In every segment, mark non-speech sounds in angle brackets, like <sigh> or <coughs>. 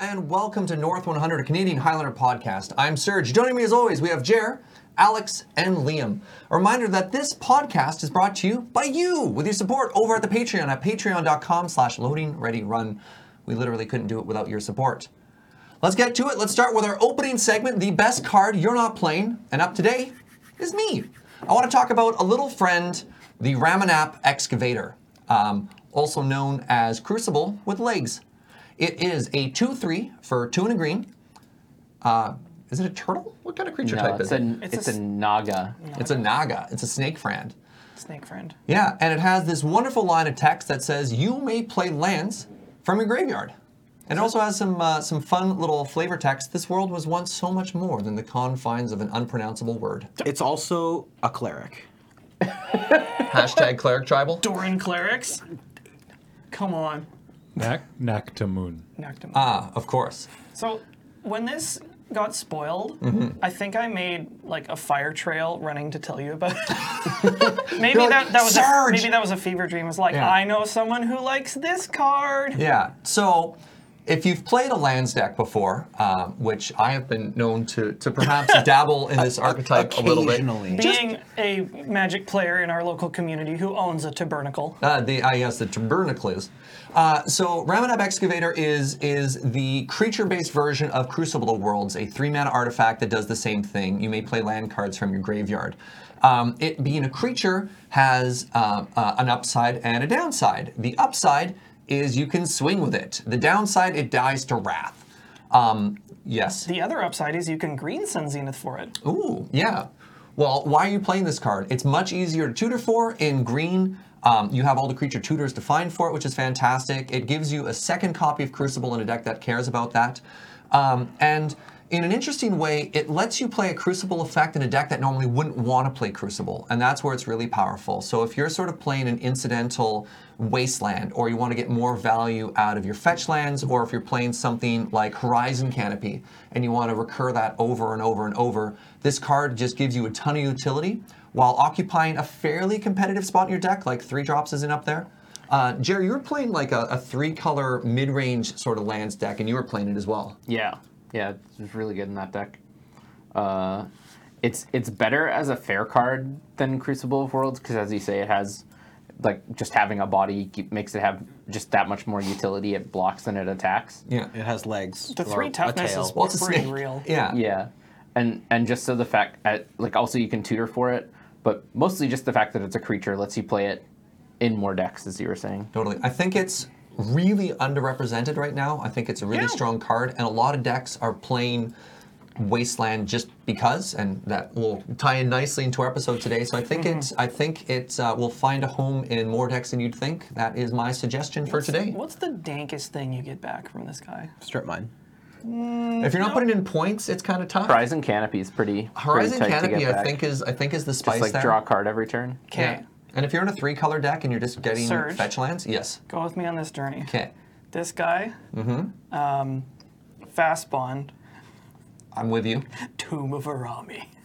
and welcome to North 100, a Canadian Highlander podcast. I'm Serge. Joining me as always, we have Jer, Alex, and Liam. A reminder that this podcast is brought to you by you with your support over at the Patreon at patreon.com slash loading ready run. We literally couldn't do it without your support. Let's get to it. Let's start with our opening segment, the best card you're not playing. And up today is me. I want to talk about a little friend, the Ramanap Excavator, um, also known as Crucible with Legs. It is a 2 3 for two and a green. Uh, is it a turtle? What kind of creature No, type is it's a, it? it's, It's a a, s- naga. It's a naga, it's a snake friend. Snake friend. Yeah, and it has this wonderful line of text that says, "You may play lands from your graveyard." And it also has some uh, some fun little flavor text. This world was once so much more than the confines of an unpronounceable word. It's also a cleric. <laughs> Hashtag cleric tribal. Doran clerics. Come on. Nak Naktamun. Knocked him. Ah, of course. so when this got spoiled, Mm-hmm. I think I made like a fire trail running to tell you about. <laughs> it. maybe You're like, that, that was a, "Surge!" maybe that was a fever dream. It was like Yeah. I know someone who likes this card. Yeah. So, if you've played a lands deck before, um, which I have been known to to <laughs> perhaps dabble in this archetype a little bit. Occasionally. Being a magic player in our local community who owns a tabernacle. Uh, the I guess the tabernacles. Uh, so Ramanab Excavator is is the creature-based version of Crucible of Worlds, a three-mana artifact that does the same thing. You may play land cards from your graveyard. Um, it being a creature has uh, uh, an upside and a downside. The upside is you can swing with it. The downside, it dies to wrath. Um, yes. The other upside is you can green sun zenith for it. Ooh, yeah. Well, why are you playing this card? It's much easier to tutor for in green. Um, you have all the creature tutors defined for it, which is fantastic. It gives you a second copy of Crucible in a deck that cares about that. Um, and in an interesting way, it lets you play a Crucible effect in a deck that normally wouldn't want to play Crucible. And that's where it's really powerful. So if you're sort of playing an incidental wasteland, or you want to get more value out of your fetch lands, or if you're playing something like Horizon Canopy and you want to recur that over and over and over, this card just gives you a ton of utility while occupying a fairly competitive spot in your deck, like three drops isn't up there. Uh, Jerry, you were playing like a, a three color mid range sort of lands deck, and you were playing it as well. Yeah, yeah, it's really good in that deck. Uh, it's it's better as a fair card than Crucible of Worlds because, as you say, it has like just having a body keep- makes it have just that much more utility. It blocks than it attacks. Yeah. It has legs. The or three a toughness tail. is Well, it's a pretty snake. real. Yeah. Yeah, and and just so the fact, at, like also you can tutor for it, but mostly just the fact that it's a creature lets you play it in more decks, as you were saying. Totally. I think it's really underrepresented right now. I think it's a really Yeah. strong card, and a lot of decks are playing Wasteland just because, and that will tie in nicely into our episode today. So I think it's I think it's uh, will find a home in more decks than you'd think. That is my suggestion for today. What's the dankest thing you get back from this guy? Strip mine. Mm, If you're not putting in points, it's kind of tough. Horizon Canopy is pretty. Horizon pretty tight to Canopy, I get back. think is I think is the spice just like there. draw a card every turn. Yeah. Okay. And if you're in a three color deck and you're just getting Surge. fetch lands, yes. Go with me on this journey. Okay. This guy, mm-hmm. um, Fast Bond, I'm with you. Tomb of Arami. <laughs>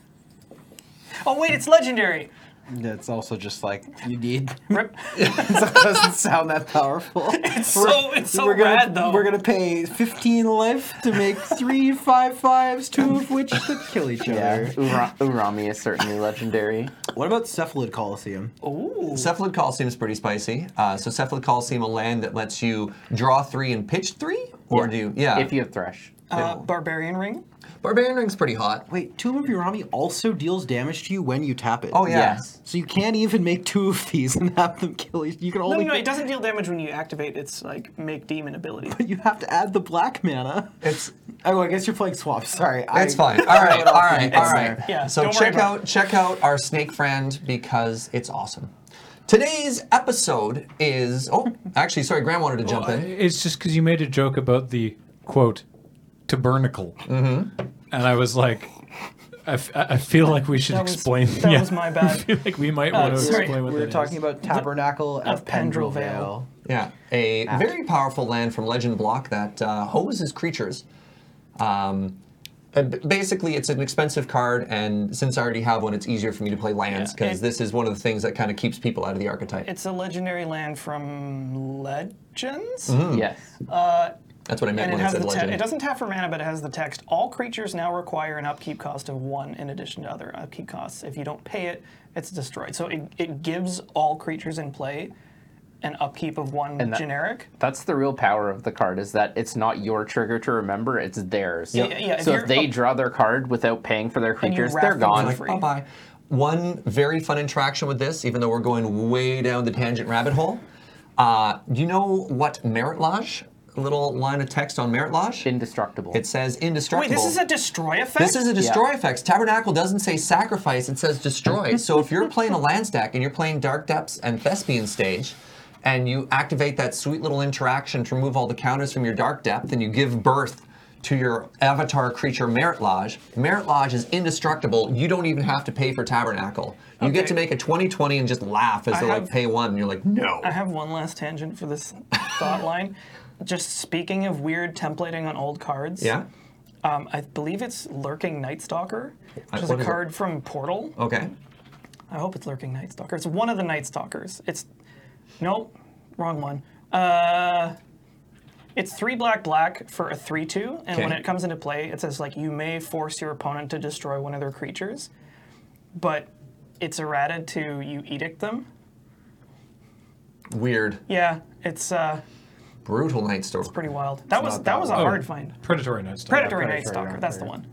Oh wait, it's legendary. That's also just like you need. <laughs> Rip. it doesn't sound that powerful. It's so- <laughs> it's so we're gonna, rad, though. We're gonna pay 15 life to make <laughs> three five fives, two of which that kill each Yeah, other. Ura- Urami is certainly legendary. What about Cephalid Coliseum? Ooh. Cephalid Coliseum is pretty spicy. Uh, so Cephalid Coliseum, a land that lets you draw three and pitch three, or do you, yeah. If you have Thresh. Uh, Barbarian Ring. Barbarian Ring's pretty hot. Wait, Tomb of Urami also deals damage to you when you tap it. Oh yeah. Yes. So you can't even make two of these and have them kill each. You can No, only. no, no, it doesn't deal damage when you activate its like make demon <laughs> ability. You have to add the black mana. It's Oh, I guess you're playing swap. Sorry. it's fine. <laughs> All right, all right, all right. Yeah, so don't worry check about out check out our snake friend because it's awesome. Today's episode is oh actually sorry Graham wanted to jump in. It's just because you made a joke about the quote tabernacle, mm-hmm. and I was like, I, f- I feel like we should That was- explain. that was my bad. <laughs> I feel like we might want to sorry. explain what We were that is. talking about Tabernacle of Pendrel Pendrel Vale. Vale. Yeah, a very powerful land from Legend Block that uh, hoses creatures. Um, and b- basically, it's an expensive card, and since I already have one, it's easier for me to play lands Yeah, because it- this is one of the things that kind of keeps people out of the archetype. Hmm. It's a legendary land from Legends. Yes. That's what I meant And it when I has the said te- legend. it doesn't have for mana, but it has the text. All creatures now require an upkeep cost of one in addition to other upkeep costs. If you don't pay it, it's destroyed. So it, it gives all creatures in play an upkeep of one that- generic. That's the real power of the card is that it's not your trigger to remember, it's theirs. Yeah, yeah, if so if, you're- they draw their card without paying for their you creatures, wrap they're them gone. up. like, free. bye bye. One very fun interaction with this, even though we're going way down the tangent rabbit hole. Uh, you know what merit lodge? A little line of text on merit lodge. Indestructible. It says indestructible. Wait, this is a destroy effect? This is a destroy effects. Tabernacle doesn't say sacrifice, it says destroy. so if you're <laughs> playing a land stack and you're playing Dark Depths and Thespian Stage, and you activate that sweet little interaction to remove all the counters from your Dark Depth, and you give birth to your avatar creature Merit Lodge, Merit Lodge is indestructible. You don't even have to pay for Tabernacle. You get Okay. to make a 2020 and just laugh as I they like have- pay one, and you're like, no. I have one last tangent for this <laughs> thought line. Just speaking of weird templating on old cards. yeah? Um, I believe it's Lurking Night Stalker, I- which is what a is it? card from Portal. Okay. I hope it's Lurking Night Stalker. It's one of the Night Stalkers. It's nope, wrong one. Uh, it's three black black for a three two, and when Okay. it comes into play, it says like you may force your opponent to destroy one of their creatures, but it's errated to you edict them. Weird. Yeah, it's uh, Brutal night storm. pretty wild. That was that, not that was a Oh, hard find. Predatory Night Stalker. Predatory Predatory Night Stalker. Night That's the Stalker. one.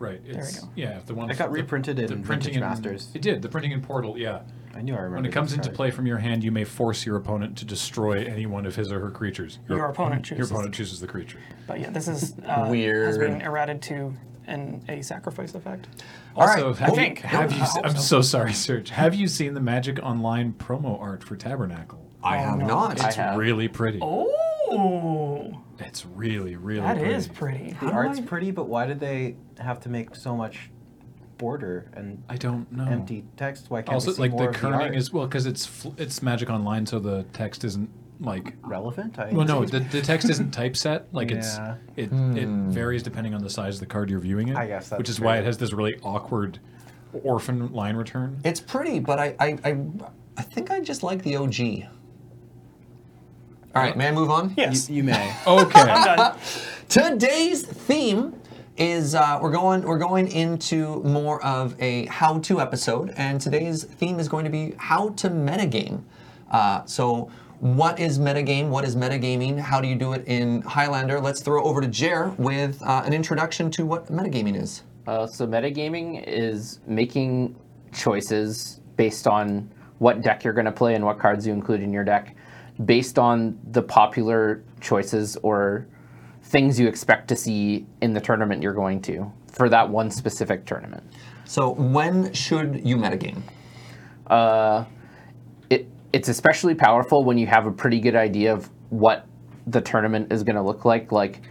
Right. It's, go. Yeah, the one. It got the- reprinted in Vintage in- Masters. It did. The printing in Portal. Yeah. I knew I remember. When it comes into play from your hand, you may force your opponent to destroy any one of his or her creatures. Your opponent Your chooses. opponent chooses the creature. But yeah, this is uh, has Weird. been errated to an a sacrifice effect. All right. So have well, think. you, have you, I hope I'm so sorry, Serge. Have you seen the Magic Online promo art for Tabernacle? I have Oh, no. not. It's have. really pretty. Oh, It's really, really that pretty. is pretty. the art's pretty, but why did they have to make so much border and I don't know. empty text? Why can't we Also, see like more the of the kerning art? is well because it's fl- it's Magic Online, so the text isn't like relevant? I Well, no, the, the text isn't typeset. Like Yeah. it's it it varies depending on the size of the card you're viewing it. I guess that's which is true. why it has this really awkward orphan line return. It's pretty, but I I, I, I think I just like the OG. All right, may I move on? Yes. You, <laughs> you may. Oh. Okay. Done. Today's theme is uh, we're going we're going into more of a how-to episode, and today's theme is going to be how to metagame. Uh, so. What is metagame? What is metagaming? How do you do it in Highlander? Let's throw over to Jer with uh, an introduction to what metagaming is. Uh, so metagaming is making choices based on what deck you're going to play and what cards you include in your deck, based on the popular choices or things you expect to see in the tournament you're going to for that one specific tournament. So, when should you metagame? It it's especially powerful when you have a pretty good idea of what the tournament is going to look like. Like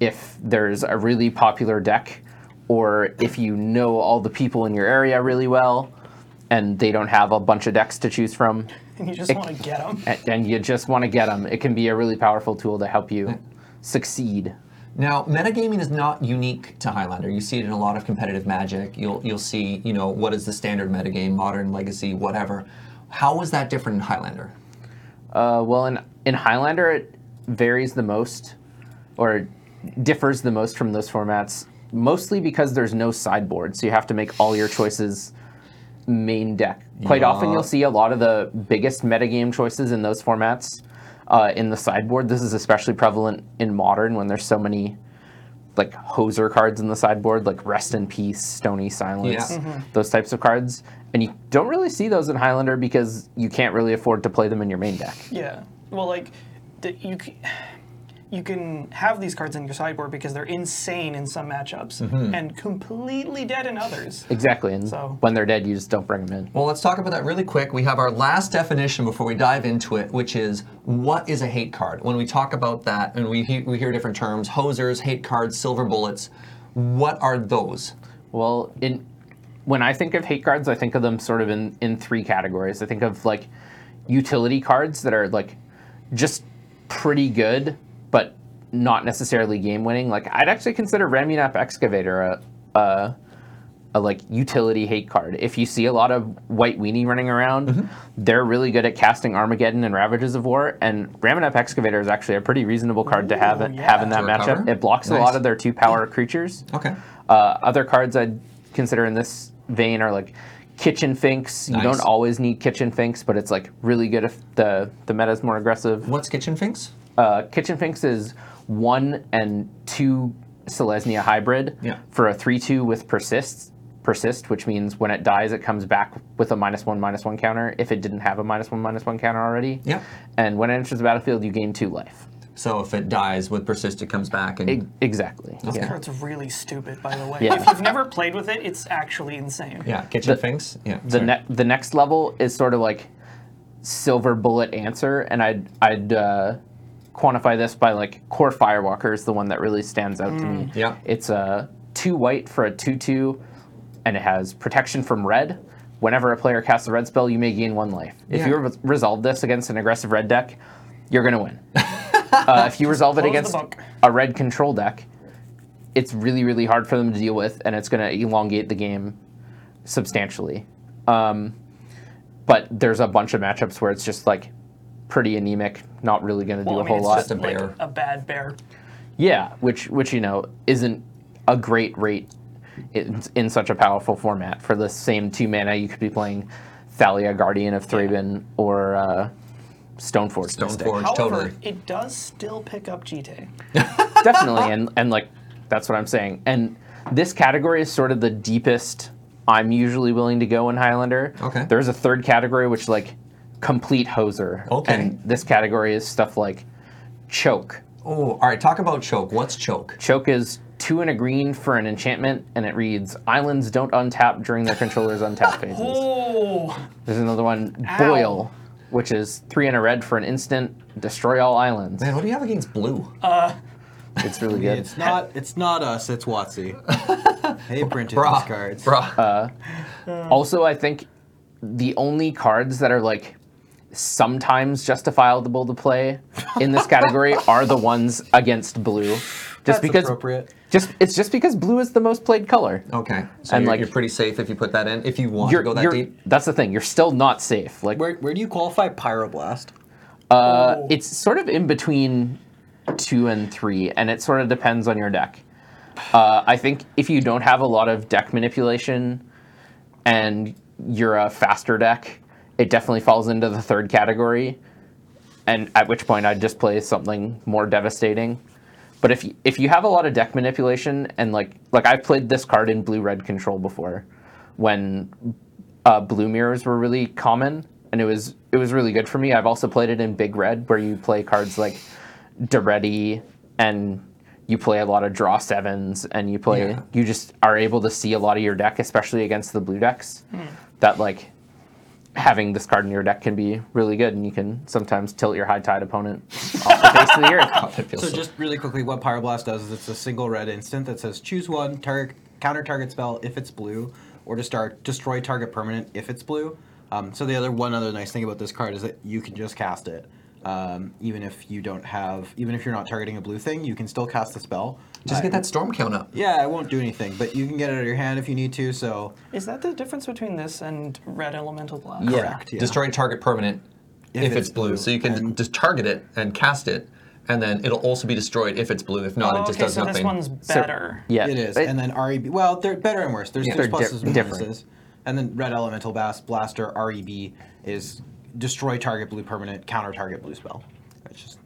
if there's a really popular deck, or if you know all the people in your area really well, and they don't have a bunch of decks to choose from, and you just want to get them. and, and you just want to get them. It can be a really powerful tool to help you succeed. Now, metagaming is not unique to Highlander. You see it in a lot of competitive magic. You'll you'll see, you know, what is the standard metagame, modern, legacy, whatever. How is that different in Highlander? Uh, well, in in Highlander, it varies the most, or differs the most from those formats, mostly because there's no sideboard, so you have to make all your choices main deck. Quite often, Yeah. you'll see a lot of the biggest metagame choices in those formats uh, in the sideboard. This is especially prevalent in modern when there's so many. Like hoser cards in the sideboard, like Rest in Peace, Stony Silence, Yeah. those types of cards. And you don't really see those in Highlander because you can't really afford to play them in your main deck. Yeah. Well, like the, you c- you can have these cards in your sideboard because they're insane in some matchups and completely dead in others. Exactly, and So- when they're dead, you just don't bring them in. Well, let's talk about that really quick. We have our last definition before we dive into it, which is what is a hate card? When we talk about that and we, he- we hear different terms, hosers, hate cards, silver bullets, what are those? Well, in when I think of hate cards, I think of them sort of in in three categories. I think of like utility cards that are like just pretty good, but not necessarily game winning. Like I'd actually consider Ramunap Excavator a, a a like utility hate card. If you see a lot of white weenie running around, they're really good at casting Armageddon and Ravages of War. And Ramenep Excavator is actually a pretty reasonable card to have Ooh, yeah. have in that To recover? matchup. It blocks a Nice. lot of their two power creatures. Okay. Uh, other cards I'd consider in this vein are like Kitchen Finks. You Nice. don't always need Kitchen Finks, but it's like really good if the the meta's more aggressive. What's Kitchen Finks? Uh, Kitchen Finks is one and two Selesnya hybrid Yeah. for a three two with persist persist, which means when it dies, it comes back with a minus one minus one counter if it didn't have a minus one minus one counter already. Yeah. And when it enters the battlefield, you gain two life. So if it dies with persist, it comes back and E- exactly. This Yeah. card's really stupid, by the way. Yeah. If you've never played with it, it's actually insane. yeah, Kitchen The- Finks. Yeah. the sorry. ne- the next level is sort of like silver bullet answer, and I'd I'd uh, quantify this by like core firewalker is the one that really stands out to me. Yeah. it's a two white for a two two, and it has protection from red. Whenever a player casts a red spell, you may gain one life. If Yeah. you re- resolve this against an aggressive red deck, you're gonna win. <laughs> uh, if you resolve it close the against book. a red control deck, it's really really hard for them to deal with, and it's gonna elongate the game substantially. Um, but there's a bunch of matchups where it's just like pretty anemic, not really going to do Well, a I mean, whole just lot. it's just a like bear. a bad bear. yeah, which which you know isn't a great rate in, in such a powerful format. For the same two mana, you could be playing Thalia, Guardian of Thraben, or uh, Stoneforge. Mystic. Stoneforge, However, totally. it does still pick up GT. <laughs> definitely and and like that's what i'm saying and this category is sort of the deepest i'm usually willing to go in highlander Okay. there's a third category which like complete hoser Okay. and this category is stuff like choke Oh, all right. Talk about choke. What's choke? choke is two and a green for an enchantment and it reads islands don't untap during their controller's <laughs> untap phases Oh, there's another one Ow. boil which is three and a red for an instant destroy all islands Man, what do you have against blue? it's really good <laughs> It's not. It's not us. <laughs> It's Watsy. hey, printed these cards. Bruh. Uh, Also, I think the only cards that are like sometimes justifiable to play in this <laughs> category are the ones against blue. Just That's because appropriate. just it's just because blue is the most played color. okay. So And, you're, like- you're pretty safe if you put that in. If you want You're, to go that you're- deep. That's the thing. You're still not safe. Like Where, where do you qualify Pyroblast? uh, it's sort of in between two and three, and it sort of depends on your deck. Uh, I think if you don't have a lot of deck manipulation and you're a faster deck, it definitely falls into the third category. And at which point I'd just play something more devastating. But if you, if you have a lot of deck manipulation and like like I've played this card in blue red control before, when uh, blue mirrors were really common, and it was it was really good for me. I've also played it in Big Red, where you play cards like Doretti, and you play a lot of draw sevens, and you play Yeah. you just are able to see a lot of your deck, especially against the blue decks. That like having this card in your deck can be really good, and you can sometimes tilt your high tide opponent off the face of the earth. That feels So just really quickly, what Pyroblast does is it's a single red instant that says choose one target counter target spell if it's blue, or to start destroy target permanent if it's blue. Um, so the other one other nice thing about this card is that you can just cast it, um, even if you don't have, even if you're not targeting a blue thing, you can still cast the spell. just Uh, get that storm count up. Yeah, it won't do anything, but you can get it out of your hand if you need to. So is that the difference between this and Red Elemental Black? Yeah. Correct, Destroy target permanent if, it's, blue. So you can just target it and cast it, and then it'll also be destroyed if it's blue. If not, Oh, Uh, it just okay, does so nothing. this one's better. Yeah, It is, It- and then REB. Well, they're better and worse. There's Yeah. two They're di- pluses and different. minuses, and then Red Elemental Bas- Blaster REB is destroy target blue permanent, counter target blue spell. That's just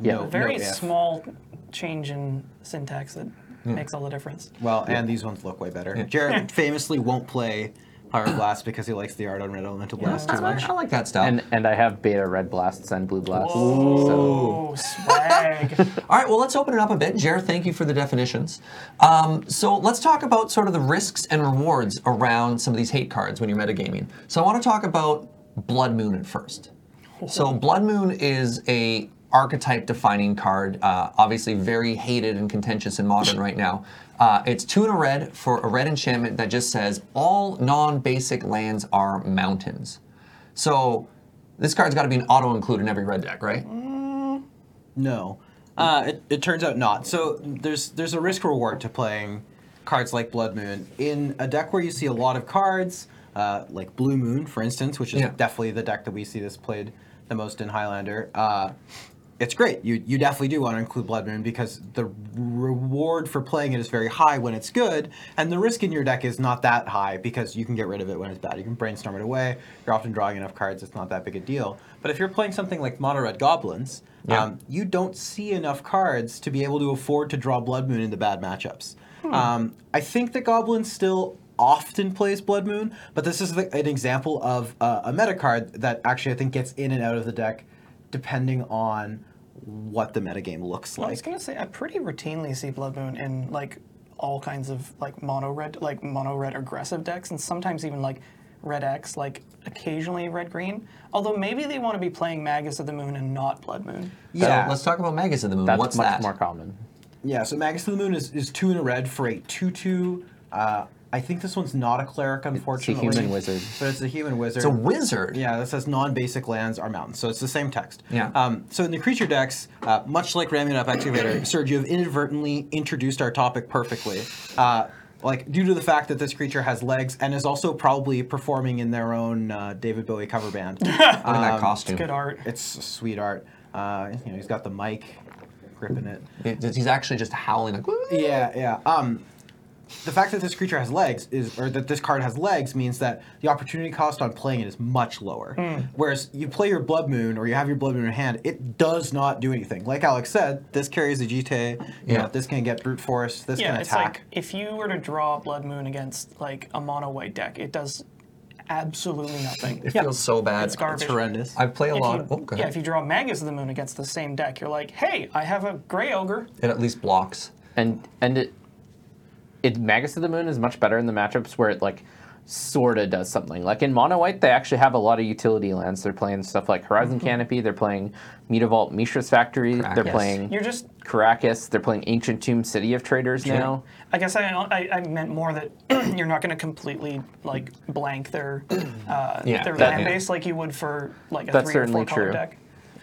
Yeah. no, Very no if. small change in syntax that makes all the difference. Well, and these ones look way better. Jared famously won't play Pyro Blast because he likes the art on Red Elemental Blast too I, much. I like that stuff. and and I have beta red blasts and blue blasts. So Oh, swag. All right, well, let's open it up a bit. Jared, thank you for the definitions. Um, so let's talk about sort of the risks and rewards around some of these hate cards when you're metagaming. So I want to talk about Blood Moon at <laughs> first. So Blood Moon is a archetype defining card, uh, obviously very hated and contentious in modern right now. Uh, it's two and a red for a red enchantment that just says all non-basic lands are mountains. So this card's got to be an auto include in every red deck, right? No, uh, it, it turns out not. So there's there's a risk reward to playing cards like Blood Moon. In a deck where you see a lot of cards, uh, like Blue Moon, for instance, which is Yeah. definitely the deck that we see this played the most in Highlander, uh, it's great. You you definitely do want to include Blood Moon because the reward for playing it is very high when it's good, and the risk in your deck is not that high because you can get rid of it when it's bad. You can brainstorm it away. You're often drawing enough cards; it's not that big a deal. But if you're playing something like Mono Red Goblins, Yeah. um, you don't see enough cards to be able to afford to draw Blood Moon in the bad matchups. Um, I think that Goblin still often plays Blood Moon, but this is the, an example of uh, a meta card that actually I think gets in and out of the deck depending on what the metagame looks I was like. gonna say I pretty routinely see Blood Moon in like all kinds of like mono red, like mono red aggressive decks, and sometimes even like red X, like occasionally red green. Although maybe they want to be playing Magus of the Moon and not Blood Moon. Yeah. So let's talk about Magus of the Moon. That's What's much that? more common. Yeah, so Magus of the Moon is, is two in a red for a 2 2. Uh, I think this one's not a cleric, unfortunately. human wizard. But it's a human wizard. It's a wizard. Yeah, that says non-basic lands are mountains, so it's the same text. Yeah. Um, so in the creature decks, uh, much like ramming up activator, Serge, you have inadvertently introduced our topic perfectly. Uh, like due to the fact that this creature has legs and is also probably performing in their own uh, David Bowie cover band. Look at that costume. um, Good art. it's sweet art. Uh, you know, he's got the mic gripping it. It- He's actually just howling like. "Woo!" Yeah, yeah. Um, the fact that this creature has legs is, or that this card has legs, means that the opportunity cost on playing it is much lower. Hmm. Whereas you play your Blood Moon or you have your Blood Moon in hand, it does not do anything. Like Alex said, this carries a Jite. Yeah. Yeah. Know, this can get brute force. This Yeah, can it's attack. like if you were to draw Blood Moon against like a mono white deck, it does absolutely nothing. It feels so bad. It's garbage. it's horrendous. I play a If lot. you- oh, go yeah, ahead. if you draw Magus of the Moon against the same deck, you're like, hey, I have a Grey Ogre. It at least blocks. and and it, it Magus of the Moon is much better in the matchups where it like sorta does something. Like in Mono White, they actually have a lot of utility lands. They're playing stuff like Horizon Canopy. They're playing Metavolt, Mishra's Factory. They're Caracas. playing You're just Caracas. They're playing Ancient Tomb, City of Traders now. I guess I, I, I meant more that <clears throat> you're not going to completely like blank their uh, Yeah, their that- land yeah. base like you would for like a That's three or certainly four color true. deck.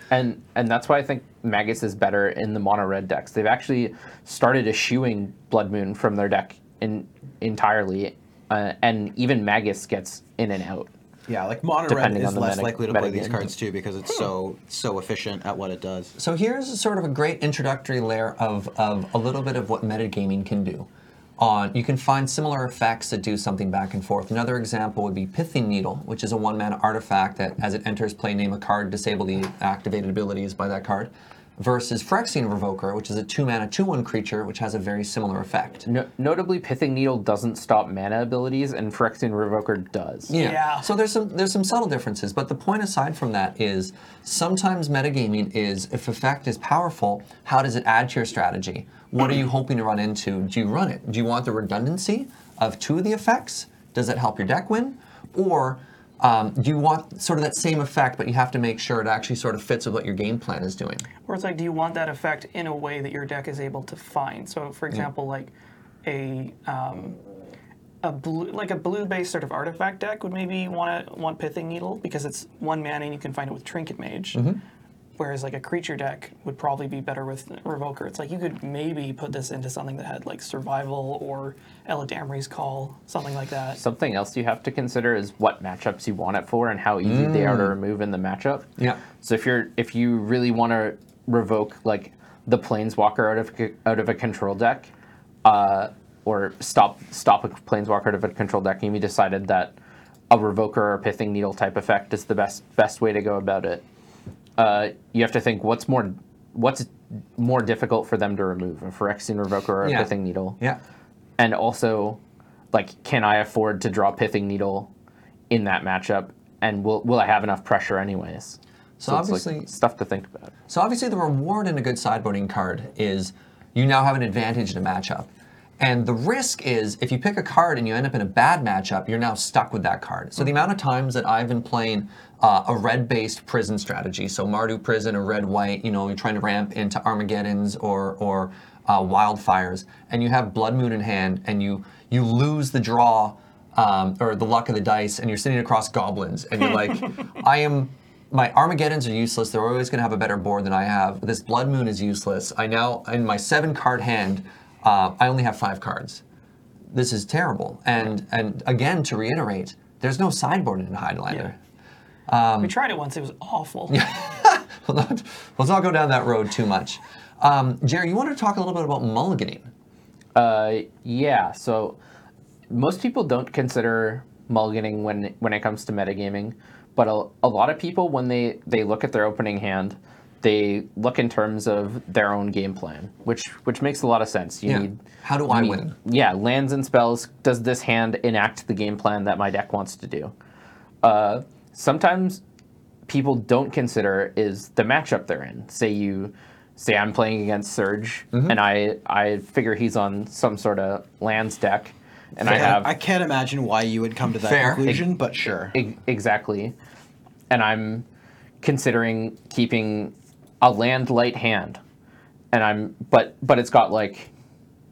And and that's why I think Magus is better in the mono red decks. They've actually started eschewing Blood Moon from their deck in entirely, uh, and even Magus gets in and out. yeah, like mono red Depending is on the less meta- likely to play these metagame. cards too because Hmm. it's so so efficient at what it does. So here's sort of a great introductory layer of, of a little bit of what metagaming can do. On you can find similar effects that do something back and forth. Another example would be Pithing Needle, which is a one-man artifact that, as it enters play, name a card, disable the activated abilities by that card, versus Phyrexian Revoker, which is a two-mana two-one creature, which has a very similar effect. No, notably, Pithing Needle doesn't stop mana abilities, and Phyrexian Revoker does. Yeah. Yeah. So there's some there's some subtle differences, but the point aside from that is sometimes metagaming is if effect is powerful, how does it add to your strategy? What are you hoping to run into? Do you run it? Do you want the redundancy of two of the effects? Does it help your deck win? Or um, do you want sort of that same effect, but you have to make sure it actually sort of fits with what your game plan is doing? Or it's like, do you want that effect in a way that your deck is able to find? So, for example, like a um, a blue like a blue based sort of artifact deck would maybe want to want Pithing Needle because it's one mana and you can find it with Trinket Mage. Whereas like a creature deck would probably be better with Revoker. It's like you could maybe put this into something that had like Survival or Eladamri's Call, something like that. Something else you have to consider is what matchups you want it for and how easy they are to remove in the matchup. Mm. Yeah. So if you're if you really want to revoke like the planeswalker out of c- out of a control deck, uh, or stop stop a planeswalker out of a control deck, and you decided that a revoker or pithing needle type effect is the best best way to go about it. Uh, you have to think what's more what's more difficult for them to remove a Phyrexian revoker or a Yeah. pithing needle Yeah. and also like can I afford to draw pithing needle in that matchup and will will I have enough pressure anyways? So it's, like, obviously- stuff to think about. So obviously the reward in a good sideboarding card is you now have an advantage in a matchup. And the risk is if you pick a card and you end up in a bad matchup, you're now stuck with that card. So the amount of times that I've been playing uh, a red-based prison strategy, so Mardu prison or red-white, you know, you're trying to ramp into Armageddon's or or uh, wildfires, and you have Blood Moon in hand, and you you lose the draw um, or the luck of the dice, and you're sitting across goblins, and you're like, I am. My Armageddons are useless. They're always going to have a better board than I have. This Blood Moon is useless. I now, in my seven card hand, uh, I only have five cards. this is terrible. And and again, to reiterate, there's no sideboard in Highlander. we tried it once; it was awful. We'll not, <laughs> let's not go down that road too much. Um, Jerry, you wanted to talk a little bit about mulliganing. Uh, yeah, so most people don't consider mulliganing when when it comes to metagaming, but a, a lot of people when they they look at their opening hand, they look in terms of their own game plan, which which makes a lot of sense. You Yeah. need How do you I need- win? Yeah, lands and spells. Does this hand enact the game plan that my deck wants to do? Uh, sometimes people don't consider is the matchup they're in. Say you say I'm playing against Surge and I I figure he's on some sort of lands deck and I I, have I can't imagine why you would come to that Fair. conclusion, but sure. e- exactly and I'm considering keeping a land light hand and I'm but but it's got like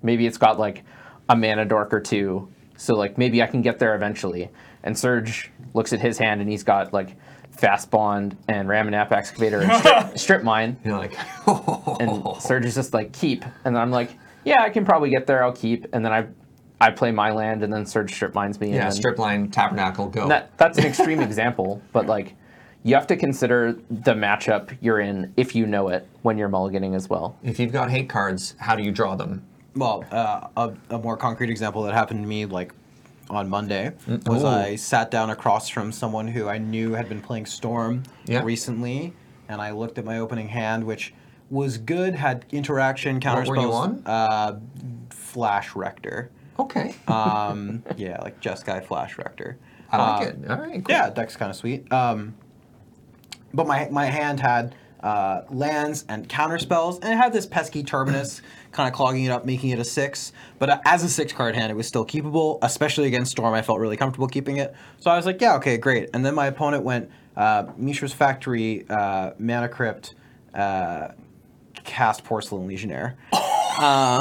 maybe it's got like a mana dork or two so like maybe I can get there eventually and Surge looks at his hand and he's got like fast bond and ram and app excavator and <laughs> strip, strip mine You're like, and Oh. Surge is just like keep, and I'm like, yeah, I can probably get there. I'll keep, and then I, I play my land, and then Surge strip mines me. yeah, and strip line, tabernacle, go. That, that's an extreme example, but like, you have to consider the matchup you're in if you know it when you're mulliganing as well. if you've got hate cards, how do you draw them? Well, uh, a, a more concrete example that happened to me like on Monday was Mm. Ooh. I sat down across from someone who I knew had been playing Storm Yeah. recently, and I looked at my opening hand, which was good, had interaction, counterspells. were you on? Uh, Flash Rector. Okay. Um, <laughs> yeah, like Jeskai Flash Rector. I like Uh, it. All right. Cool. Yeah, deck's kind of sweet. Um, but my my hand had uh, lands and counter spells, and it had this pesky terminus kind of clogging it up, making it a six. But uh, as a six card hand, it was still keepable, especially against Storm. I felt really comfortable keeping it, so I was like, yeah, okay, great. And then my opponent went uh, Mishra's Factory, uh, Mana Crypt, uh, cast Porcelain Legionnaire.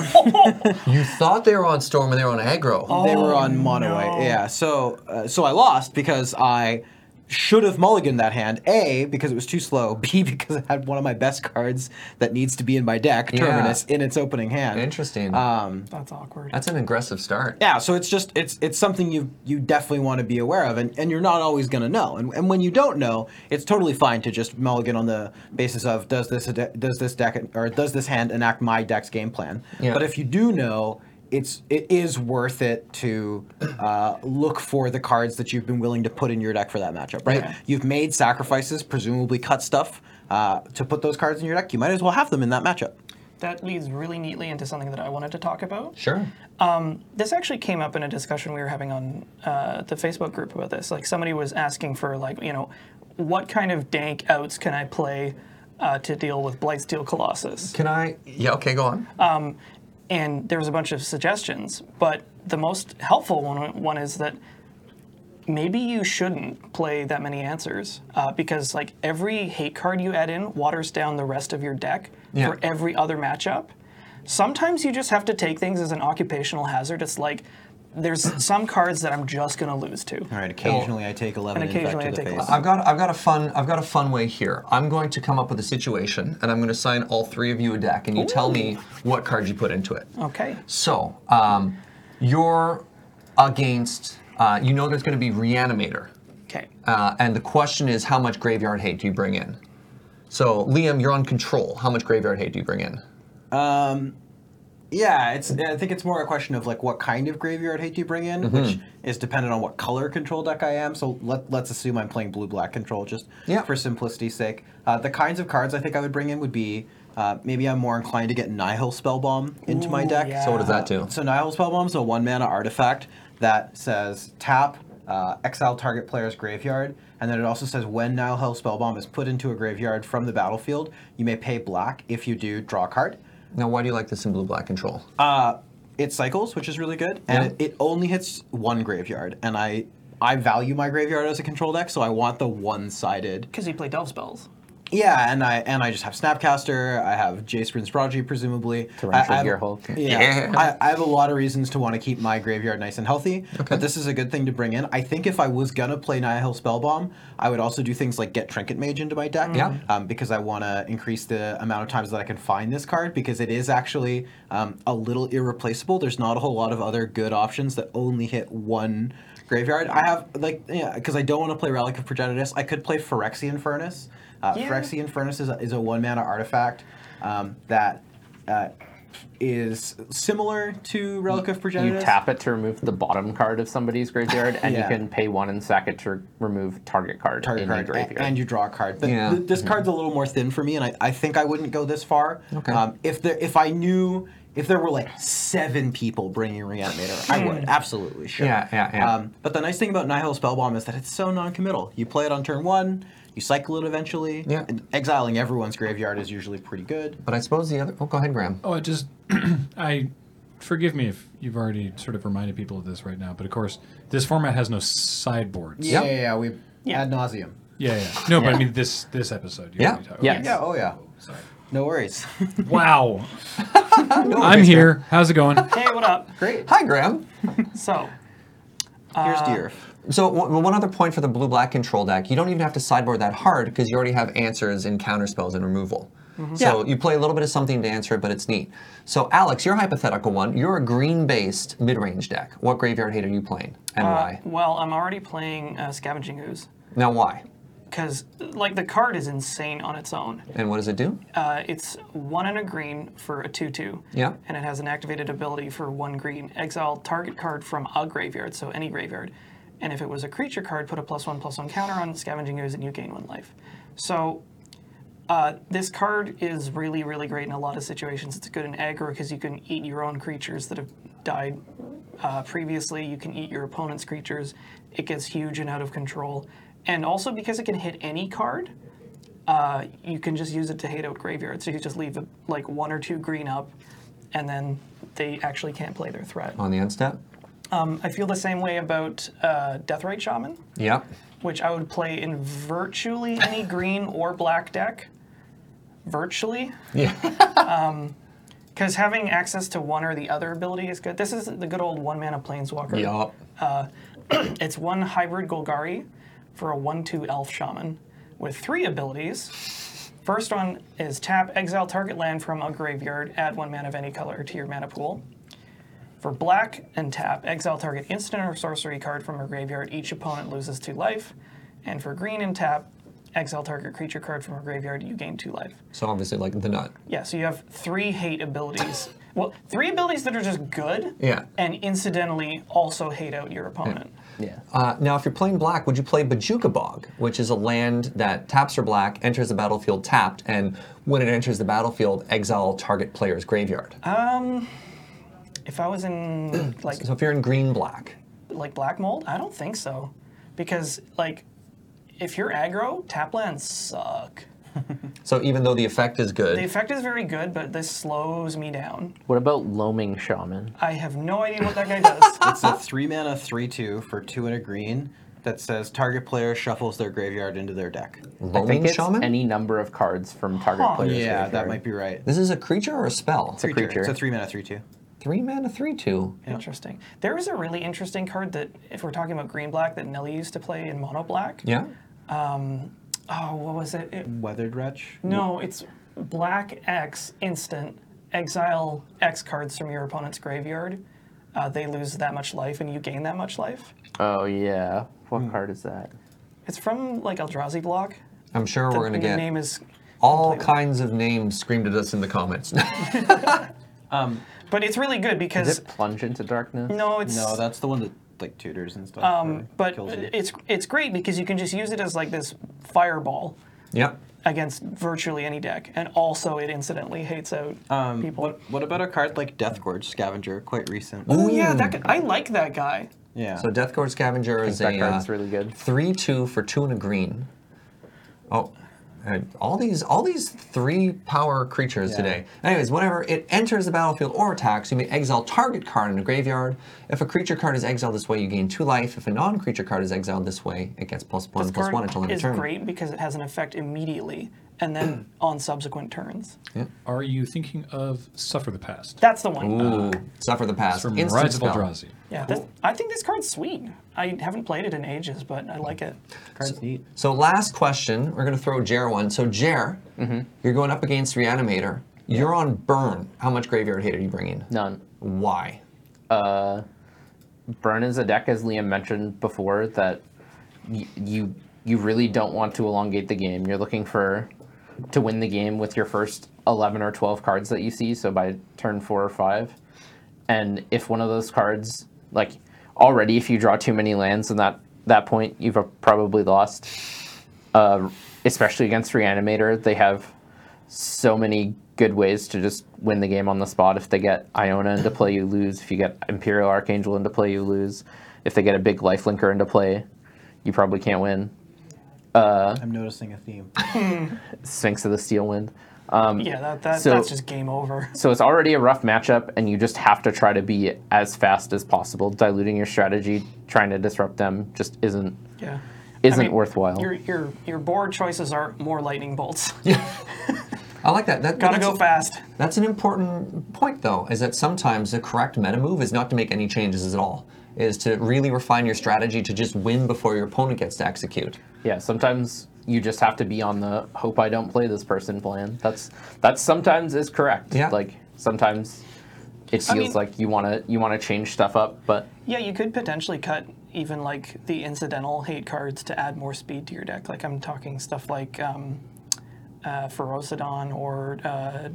You thought they were on storm and they were on aggro. They were on mono no. white. Yeah. So uh, so I lost because I should have mulliganed that hand. A because it was too slow. <laughs> B because it had one of my best cards that needs to be in my deck, Terminus, in its opening hand. Interesting. That's awkward. That's an aggressive start. Yeah, so it's just it's it's something you you definitely want to be aware of, and, and you're not always going to know. And, and when you don't know, it's totally fine to just mulligan on the basis of does this ade- does this deck or does this hand enact my deck's game plan. Yeah. But if you do know, it's it is worth it to uh, look for the cards that you've been willing to put in your deck for that matchup. Right, Yeah. you've made sacrifices, presumably cut stuff uh, to put those cards in your deck. You might as well have them in that matchup. That leads really neatly into something that I wanted to talk about. Sure. this actually came up in a discussion we were having on uh, the Facebook group about this. Like somebody was asking for like you know, what kind of dank outs can I play uh, to deal with Blightsteel Colossus? Can I? Yeah. Okay. Go on. And there was a bunch of suggestions, but the most helpful one one is that maybe you shouldn't play that many answers uh, because like every hate card you add in waters down the rest of your deck Yeah. for every other matchup. Sometimes you just have to take things as an occupational hazard. It's like there's some cards that I'm just gonna lose to. All right. Occasionally, I take eleven. And infect occasionally to I the take face. 11. I've got I've got a fun I've got a fun way here. I'm going to come up with a situation, and I'm going to assign all three of you a deck, and you tell me what cards you put into it. Okay. So um, you're against. Uh, you know there's going to be reanimator, Okay. uh, and the question is how much graveyard hate do you bring in? So Liam, you're on control. How much graveyard hate do you bring in? Yeah, it's. I think it's more a question of like what kind of graveyard hate you bring Mm-hmm. in, which is dependent on what color control deck I am. So let let's assume I'm playing blue black control just Yeah. for simplicity's sake. Uh, the kinds of cards I think I would bring in would be uh, maybe I'm more inclined to get Nihil Spellbomb into my Ooh, deck. yeah. So what does that do? So Nihil Spellbomb is a one mana artifact that says tap, uh, exile target player's graveyard, and then it also says when Nihil Spellbomb is put into a graveyard from the battlefield, you may pay black. If you do, draw a card Now why do you like this in blue black control? it cycles, which is really good, and Yeah. it, it only hits one graveyard. And I I value my graveyard as a control deck, so I want the one sided. Because you play Delve spells. Yeah, and I and I just have Snapcaster. I have J Sprint's Prodigy, presumably. Torrential I, I Gear have, Hulk. Yeah, I, I have a lot of reasons to want to keep my graveyard nice and healthy. But this is a good thing to bring in. I think if I was gonna play Nihil Spellbomb, I would also do things like get Trinket Mage into my deck. Yeah. Um, because I want to increase the amount of times that I can find this card because it is actually um, a little irreplaceable. There's not a whole lot of other good options that only hit one graveyard. I have like yeah, because I don't want to play Relic of Progenitus. I could play Phyrexian Furnace. Uh, Yeah. Phyrexian Furnace is a, is a one mana artifact um, that uh, is similar to Relic of You Progenitus. tap it to remove the bottom card of somebody's graveyard, and Yeah. you can pay one and sack it to remove target card target in card your a- graveyard. and you draw a card. But Yeah. Mm-hmm. th- this card's a little more thin for me, and I, I think I wouldn't go this far. Okay. Um, if there, if I knew, if there were like seven people bringing Reanimator, I would absolutely sure. Hmm. Yeah, yeah, yeah. Um, but the nice thing about Nihil Spellbomb is that it's so non-committal. You play it on turn one, you cycle it eventually. Yeah. And exiling everyone's graveyard is usually pretty good. But I suppose the other. Oh, go ahead, Graham. Oh, I just, <clears throat> I, forgive me if you've already sort of reminded people of this right now, but of course, this format has no sideboards. Yeah. Yeah, yeah, yeah. We Yeah. ad nauseum. Yeah, yeah. No, but I mean this this episode. you Yeah. already talked- Yeah. okay. Yeah. Oh yeah. Sorry. No worries. <laughs> <laughs> Wow. I'm here. How's it going? Hey, what up? Great. Hi, Graham. So, uh, Here's to your So w- one other point for the blue black control deck, you don't even have to sideboard that hard because you already have answers in counter spells and removal. So you play a little bit of something to answer it, but it's neat. So Alex, your hypothetical one, you're a green based mid range deck. What graveyard hate are you playing Uh, and why? well, I'm already playing uh, Scavenging Ooze Now why? because, like, the card is insane on its own. And what does it do? Uh, it's one and a green for a 2 2. Yeah. And it has an activated ability for one green. Exile target card from a graveyard, so any graveyard. And if it was a creature card, put a plus one plus one counter on Scavenging Ooze and you gain one life. So uh, this card is really, really great in a lot of situations. It's good in aggro because you can eat your own creatures that have died uh, previously, you can eat your opponent's creatures. It gets huge and out of control. And also because it can hit any card you can just use it to hate out graveyards. So you just leave like one or two green up, and then they actually can't play their threat. On the end step? I feel the same way about uh, Deathrite Shaman, Yep. which I would play in virtually any green or black deck. Virtually, <laughs> Yeah. because having access to one or the other ability is good. This is the good old one mana Planeswalker. yup. It's one hybrid Golgari for a 1 2 elf shaman with three abilities. First one is tap, exile target land from a graveyard, add one mana of any color to your mana pool. For black and tap, exile target instant or sorcery card from a graveyard, each opponent loses two life. And for green and tap, exile target creature card from a graveyard, you gain two life. So obviously like the nut. Yeah, so you have three hate abilities. well, three abilities that are just good Yeah. and incidentally also hate out your opponent. yeah. Uh, now, if you're playing black, would you play Bajuka Bog, which is a land that taps for black, enters the battlefield tapped, and when it enters the battlefield, exile target player's graveyard? If I <clears throat> was in like so if you're in green black, like black mold? I don't think so, because like if you're aggro, tap lands suck. so even though the effect is good, The effect is very good, but this slows me down. What about loaming shaman? I have no idea what that <laughs> guy does. It's a three mana three two for two and a green that says target player shuffles their graveyard into their deck. I think Loaming it's Shaman? any number of cards from target Huh. players. yeah, graveyard. that might be right. this is a creature or a spell? a creature. It's a three mana three two. Three mana, three two. interesting. There is a really interesting card that, if we're talking about green black, that Nelly used to play in mono black. Yeah. Mm. Oh, what was it? It- Weathered Wretch. no, it's black X instant exile X cards from your opponent's graveyard. Uh, they lose that much life, and you gain that much life. Oh yeah. What Hmm. card is that? It's from like Eldrazi block. I'm sure we're going to the get name is all completely- kinds of names screamed at us in the comments. <laughs> But it's really good Is because it plunge into darkness? no, it's No, that's the one that like tutors and stuff. or but kills you. it's it's great because you can just use it as like this fireball yep. against virtually any deck, and also it incidentally hates out Um, people. What what about a card like Death Gorge Scavenger? Quite recent. oh yeah, that guy, I like that guy. Yeah. So Death Guard Scavenger is that a card's uh, really good. three two for two and a green. Oh, and all these all these three power creatures Yeah. today. Anyways, whenever it enters the battlefield or attacks, you may exile target card in a graveyard. If a creature card is exiled this way, you gain two life. If a non-creature card is exiled this way, it gets plus one This plus card one until end of is turn. great because it has an effect immediately, and <clears throat> then on subsequent turns. Are you thinking of Suffer the Past? That's the one. Ooh, suffer the past. from Instant Rise of spell. Eldrazi. Yeah, this, I think this card's sweet. I haven't played it in ages, but I like it. Card's neat. So last question, we're gonna throw Jer one. So Jer, you're going up against Reanimator. You're on burn. How much graveyard hate are you bringing? None. Why? Burn is a deck, as Liam mentioned before, that y- you you really don't want to elongate the game. You're looking for to win the game with your first eleven or twelve cards that you see. So by turn four or five, and if one of those cards like already, if you draw too many lands, then that that point you've probably lost. Uh, especially against Reanimator, they have so many good ways to just win the game on the spot. If they get Iona into play, you lose. If you get Imperial Archangel into play, you lose. If they get a big Lifelinker into play, you probably can't win. I'm noticing a theme. Sphinx of the Steel Wind. um, Yeah, that, that So- that's just game over. <laughs> So it's already a rough matchup, and you just have to try to be as fast as possible. Diluting your strategy, trying to disrupt them, just isn't Yeah. isn't I mean, worthwhile. Your your your board choices are more lightning bolts. <laughs> I like that. that Gotta that's- go fast. That's an important point, though, is that sometimes the correct meta move is not to make any changes at all, is to really refine your strategy to just win before your opponent gets to execute. Yeah, sometimes you just have to be on the hope I don't play this person plan. That's that's sometimes is correct. Yeah. Like sometimes it feels I mean- like you wanna you wanna change stuff up, but Yeah, you could potentially cut even like the incidental hate cards to add more speed to your deck. Like I'm talking stuff like um, uh, Ferocidon or uh,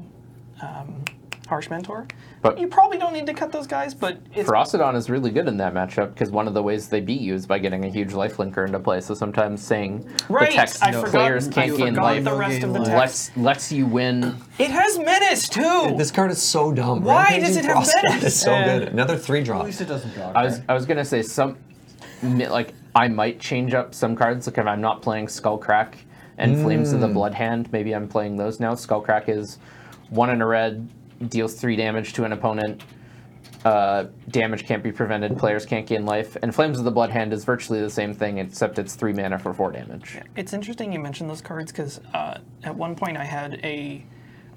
um, Harsh Mentor. But- you probably don't need to cut those guys, but it's Ferocidon is really good in that matchup because one of the ways they beat you is by getting a huge lifelinker into play. So sometimes saying right. the text I forgot, players I can't gain forgot life the No rest gain of the life. text. lets lets you win. It has menace too. This card is so dumb. Why Rampaging does it have Frost God menace? is so Uh, good. Another three drop. At least it doesn't draw. I was I was gonna say some mi- like I might change up some cards. Like if I'm not playing Skullcrack and Flames of the Blood Hand, maybe I'm playing those now. Skullcrack is one in a red, deals three damage to an opponent. Uh, damage can't be prevented. Players can't gain life. And Flames of the Blood Hand is virtually the same thing, except it's three mana for four damage. It's interesting you mentioned those cards because uh, at one point I had a,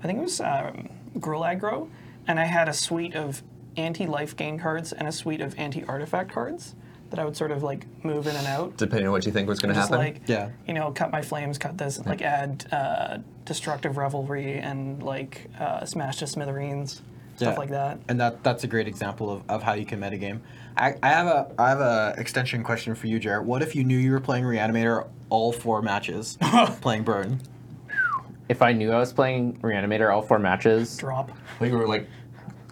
I think it was um, Gruul Aggro, and I had a suite of anti life gain cards and a suite of anti artifact cards that I would sort of like move in and out. Depending on what you think was going to Just happen. like, Yeah. you know, cut my flames, cut this, like add uh, destructive revelry and like uh, smash to smithereens, stuff Yeah. like that. And that that's a great example of, of how you can metagame. I, I have a I have a extension question for you, Jared. What if you knew you were playing Reanimator all four matches playing Burn? If I knew I was playing Reanimator all four matches, Drop. Well, you were like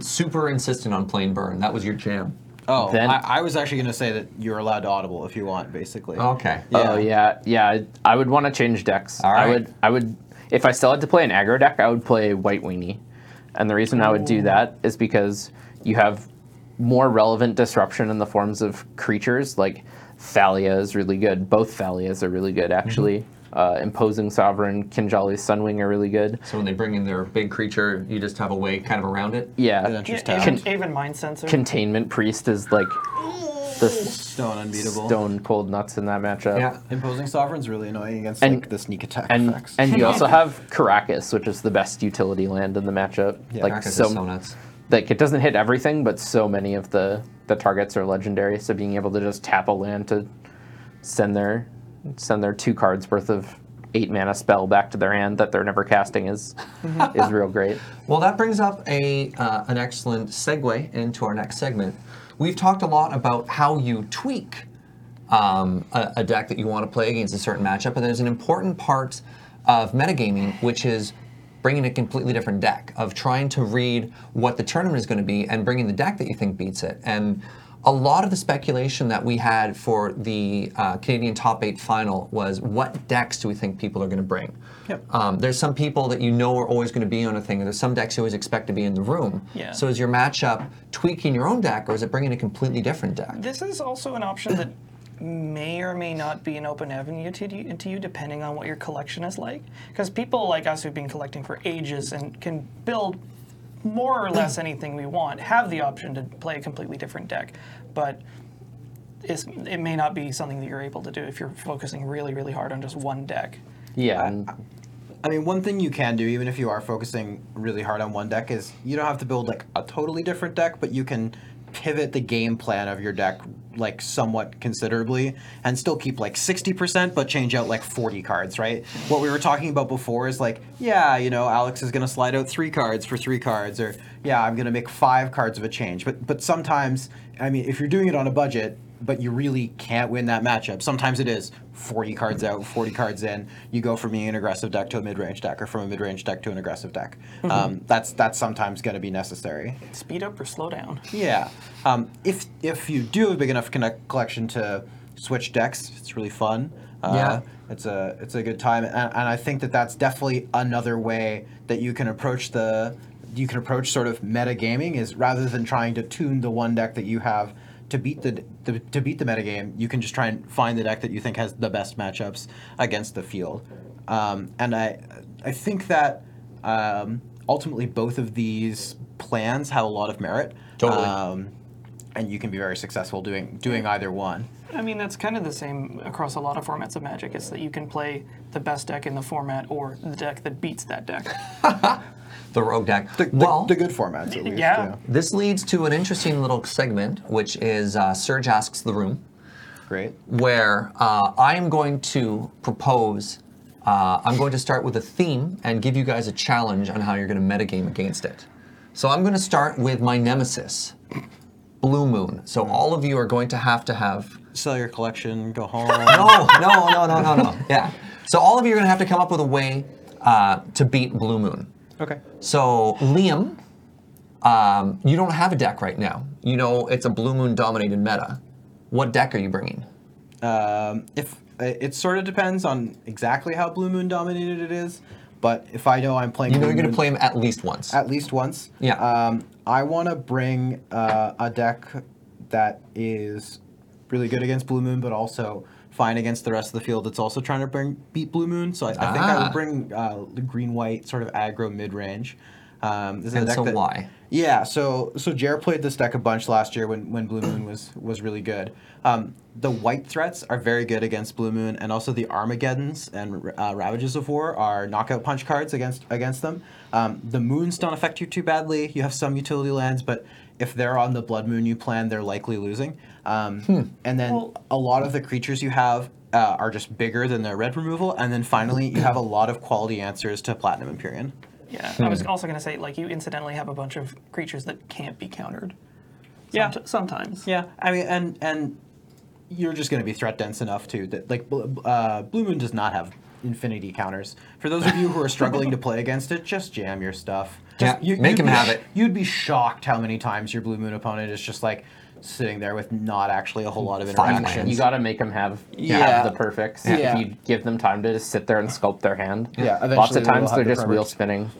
super insistent on plain burn. That was your jam. Oh, Then- I, I was actually gonna say that you're allowed to audible if you want, basically. Okay. Oh yeah, yeah. I, I would want to change decks. All I right. would. I would. If I still had to play an aggro deck, I would play White Weenie, and the reason I would do that is because you have more relevant disruption in the forms of creatures. Like Thalia is really good. Both Thalias are really good, actually. Mm-hmm. Uh, Imposing Sovereign, Kinjali's Sunwing are really good. So when they bring in their big creature, you just have a way kind of around it. Yeah. Then Yeah, just E-, even, tap. even mind sensor. Containment Priest is like the Stone unbeatable. stone cold nuts in that matchup. Yeah. Imposing Sovereign's really annoying against And- like the sneak attack And, effects. and you also have Caracas, which is the best utility land in the matchup. like Carcass is so, so nuts. like it doesn't hit everything, but so many of the the targets are legendary. So being able to just tap a land to send their send their two cards worth of eight mana spell back to their hand that they're never casting <laughs> is is real great. Well, that brings up a uh, an excellent segue into our next segment. We've talked a lot about how you tweak um, a, a deck that you want to play against a certain matchup, and there's an important part of metagaming, which is bringing a completely different deck of trying to read what the tournament is going to be and bringing the deck that you think beats it. And a lot of the speculation that we had for the uh, Canadian Top Eight Final was what decks do we think people are going to bring? Yep. Um, there's some people that you know are always going to be on a thing, or there's some decks you always expect to be in the room. Yeah. So is your matchup tweaking your own deck, or is it bringing a completely different deck? This is also an option that may or may not be an open avenue to you, to you depending on what your collection is like. Because people like us who've been collecting for ages and can build more or less anything we want have the option to play a completely different deck. But it's, it may not be something that you're able to do if you're focusing really, really hard on just one deck. Yeah, and I mean, one thing you can do, even if you are focusing really hard on one deck, is you don't have to build like a totally different deck, but you can pivot the game plan of your deck like somewhat considerably and still keep like 60% but change out like 40 cards right what we were talking about before is like yeah you know alex is going to slide out three cards for three cards or yeah i'm going to make five cards of a change but but sometimes i mean if you're doing it on a budget but you really can't win that matchup. Sometimes it is 40 cards out, 40 cards in. You go from being an aggressive deck to a mid-range deck, or from a mid-range deck to an aggressive deck. Um, that's that's sometimes going to be necessary. Speed up or slow down. Yeah. Um, if if you do a big enough connect collection to switch decks, it's really fun. Uh, Yeah. It's a it's a good time, and, and I think that that's definitely another way that you can approach the you can approach sort of metagaming is rather than trying to tune the one deck that you have to beat the, the to beat the metagame, you can just try and find the deck that you think has the best matchups against the field. Um, and I I think that um, ultimately both of these plans have a lot of merit. Totally. Um, and you can be very successful doing doing either one. I mean, that's kind of the same across a lot of formats of Magic. It's that you can play the best deck in the format or the deck that beats that deck. the rogue deck. The, the- well, the good formats, at least. yeah. this leads to an interesting little segment, which is uh, Serge asks the room, Great. where uh, I'm going to propose. Uh, I'm going to start with a theme and give you guys a challenge on how you're going to metagame against it. So I'm going to start with my nemesis, Blue Moon. So all of you are going to have to have <laughs> Sell your collection, go <laughs> home. no, no, no, no, no, no. Yeah. So all of you are going to have to come up with a way uh, to beat Blue Moon. Okay. So Liam, um, you don't have a deck right now. You know it's a Blue Moon dominated meta. What deck are you bringing? Um, if it, it sort of depends on exactly how Blue Moon dominated it is, but if I know I'm playing, You know Blue you're going Moon to play him at least once. at least once. Yeah. Um, I want to bring uh, a deck that is really good against Blue Moon, but also fine against the rest of the field. That's also trying to bring beat Blue Moon. So I, I think I Ah. would bring uh, the green white sort of aggro mid range. Um, this is a and deck so that- why? yeah, so so Jared played this deck a bunch last year when, when Blue Moon was was really good. Um, the white threats are very good against Blue Moon, and also the Armageddons and uh, Ravages of War are knockout punch cards against against them. Um, the moons don't affect you too badly. You have some utility lands, but if they're on the Blood Moon you plan, they're likely losing. Um, And then Well- a lot of the creatures you have. Uh, are just bigger than their red removal, and then finally you have a lot of quality answers to Platinum Empyrean. Yeah. Hmm. I was also going to say, like, you incidentally have a bunch of creatures that can't be countered. Yeah. Somet- sometimes. Yeah, I mean, and and you're just going to be threat dense enough too. That like Bl- uh, Blue Moon does not have infinity counters. For those of you who are struggling to play against it, just jam your stuff. Yeah, Just, make you'd him be have sh- it. You'd be shocked how many times your Blue Moon opponent is just like sitting there with not actually a whole lot of Five interaction. lands. You got to make them have, Yeah. have the perfects. Yeah. If you give them time to just sit there and sculpt their hand. Yeah, Lots of eventually they will times have they're the just wheel perfects. spinning.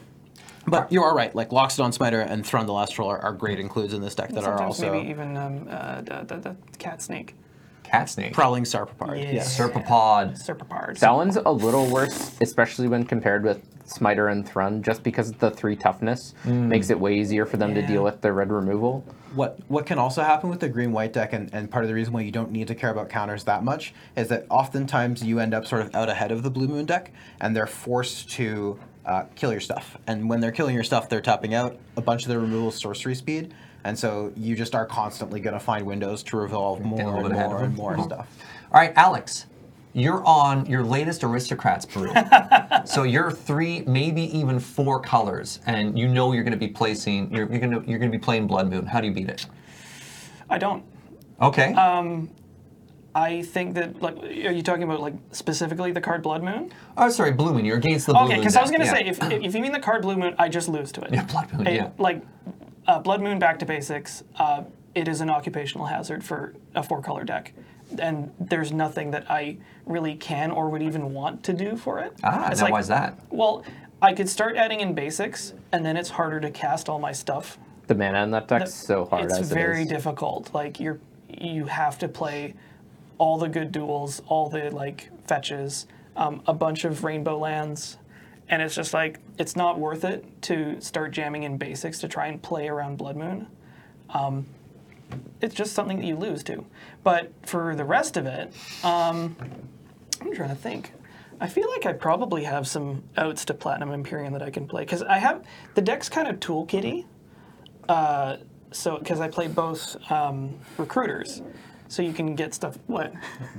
But you are right. Like Loxodon Smiter and Thrundle Astral are, are great includes in this deck that are Sometimes also maybe even um, uh, the, the, the cat snake. Cat Snake, Prowling Sarpapard. Yeah. Yes. Serpapod. Serpapard. That one's a little worse, especially when compared with Smiter and Thrun, just because the three toughness makes it way easier for them to Mm. Yeah. deal with the red removal. What what can also happen with the green white deck, and, and part of the reason why you don't need to care about counters that much, is that oftentimes you end up sort of out ahead of the blue moon deck, and they're forced to uh, kill your stuff. And when they're killing your stuff, they're tapping out a bunch of their removal sorcery speed, and so you just are constantly going to find windows to revolve more little and bit ahead more of and them. more stuff. All right, Alex, you're on your latest Aristocrats <laughs> brew. so you're three, maybe even four colors, and you know you're going to be placing. You're, you're going to you're going to be playing Blood Moon. How do you beat it? I don't. Okay. Um, I think that, like, are you talking about, like, specifically the card Blood Moon? Oh, sorry, Blue Moon. You're against the Blue Okay, Moon because I was deck, gonna say yeah. if, if you mean the card Blue Moon, I just lose to it. Yeah, Blood Moon, It- yeah. Like uh, Blood Moon back to basics. Uh, it is an occupational hazard for a four color deck, and there's nothing that I really can or would even want to do for it. ah, It's now like- why's that? Well, I could start adding in basics, and then it's harder to cast all my stuff The mana in that deck's so hard it's as very it is. difficult. Like you're, you have to play all the good duels, all the like fetches, um, a bunch of rainbow lands, and it's just like it's not worth it to start jamming in basics to try and play around Blood Moon. Um, it's just something that you lose to. But for the rest of it, um, I'm trying to think. I feel like I probably have some outs to Platinum Empyrean that I can play because I have the deck's kind of toolkitty. Uh, so because I play both um, recruiters, so you can get stuff. What?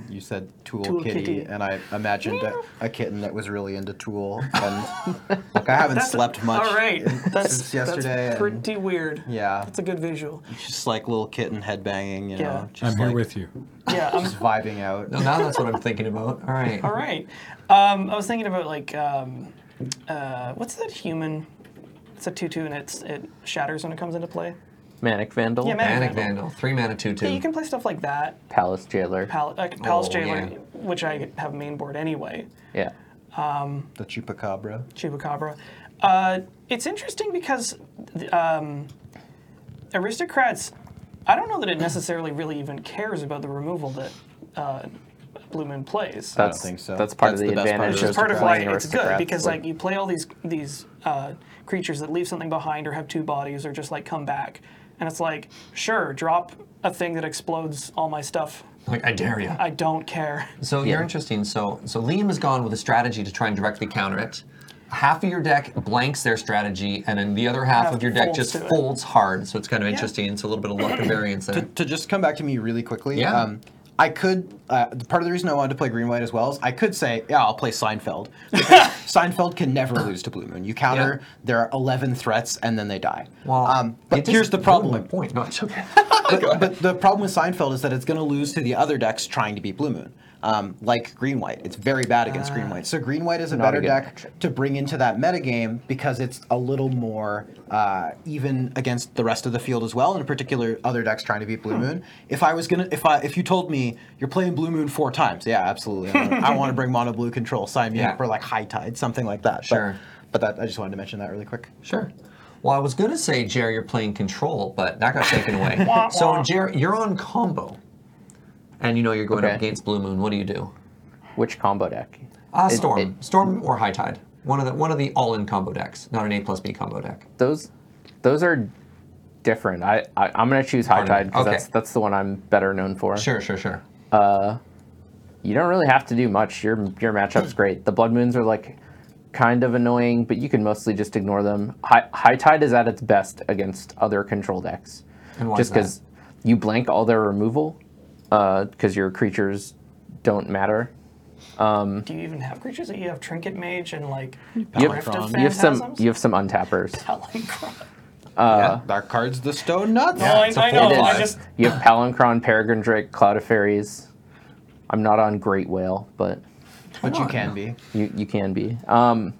You said Tool, Tool Kitty, Kitty. and I imagined a, a kitten that was really <laughs> into Tool. And like, I haven't slept much. All right, that's Since yesterday That's and- pretty weird. Yeah. that's a good visual. Just like little kitten headbanging, you Yeah. know. Just I'm here like, with you. Yeah, I'm, Just vibing out. Now that's what I'm thinking about. All right. <laughs> all right. Um, I was thinking about like um, uh, what's that human? It's a two-two, and it's it shatters when it comes into play. Manic Vandal, Yeah, Manic Manic Vandal, three mana, two two. Yeah, you can play stuff like that. Palace Jailer. Pal- uh, Palace Oh, Jailer, yeah. which I have main board anyway, yeah. The chupacabra. Chupacabra. Uh, it's interesting because th- um, aristocrats, I don't know that it necessarily really even cares about the removal that uh, Blue Moon plays. don't That's, think so. That's part That's of the, the best part advantage. of Which is part of why playing it's good aristocrats, because like you play all these these uh, creatures that leave something behind or have two bodies or just like come back, and it's like sure drop a thing that explodes all my stuff. like I dare you. I don't care. Hmm. So you're interesting. So so Liam has gone with a strategy to try and directly counter it. Half of your deck blanks their strategy, and then the other half, Half of your deck folds just to it. folds hard. So it's kind of interesting. It's a little bit of luck and variance <clears throat> there. to just come back to me really quickly. Yeah. Um, I could. Uh, part of the reason I wanted to play Green White as well is I could say, yeah, I'll play Seinfeld. Because <laughs> Seinfeld can never lose to Blue Moon. You counter, Yeah. there are 11 threats, and then they die. Well, um, it but just here's the ruined My problem. point. No, it's <laughs> okay. but, but the problem with Seinfeld is that it's going to lose to the other decks trying to beat Blue Moon, um, like Green White. It's very bad against Ah. Green White. So Green White is a Not a better good deck to bring into that metagame because it's a little more uh, even against the rest of the field as well, and in particular other decks trying to beat Hmm. Blue Moon. If I was gonna, if I, if you told me you're playing Blue Moon four times, yeah, absolutely, I wanna- I want to bring Mono Blue control, sign me Yeah. up for like High Tide, something like that. But- Sure. But, that, I just wanted to mention that really quick. Sure. Well, I was going to say, Jer, you're playing control, but that got taken away. <laughs> Wah, so, wah. Jer, you're on combo, and you know you're going up Okay. against Blue Moon. What do you do? Which combo deck? Uh, It- Storm, it- Storm, or High Tide. One of the one of the all-in combo decks, not an A plus B combo deck. those those are different. I, I I'm gonna choose High Pardon me. Tide because Okay. that's that's the one I'm better known for. Sure, sure, sure. You don't really have to do much. Your your matchup's great. The Blood Moons are like kind of annoying, but you can mostly just ignore them. High, high Tide is at its best against other control decks. And why just is that? because you blank all their removal because your creatures don't matter. Do you even have creatures that you have Trinket Mage and like You have, Rift of you have some Phantasms? <laughs> you have some untappers. Palinchron. Uh, yeah, our card's the Stone Nuts. Oh, I, I know. It is. I just Uh, You have Palancron, Peregrine Drake, Cloud of Fairies. I'm not on Great Whale, but but you can be. you, you can be. Um,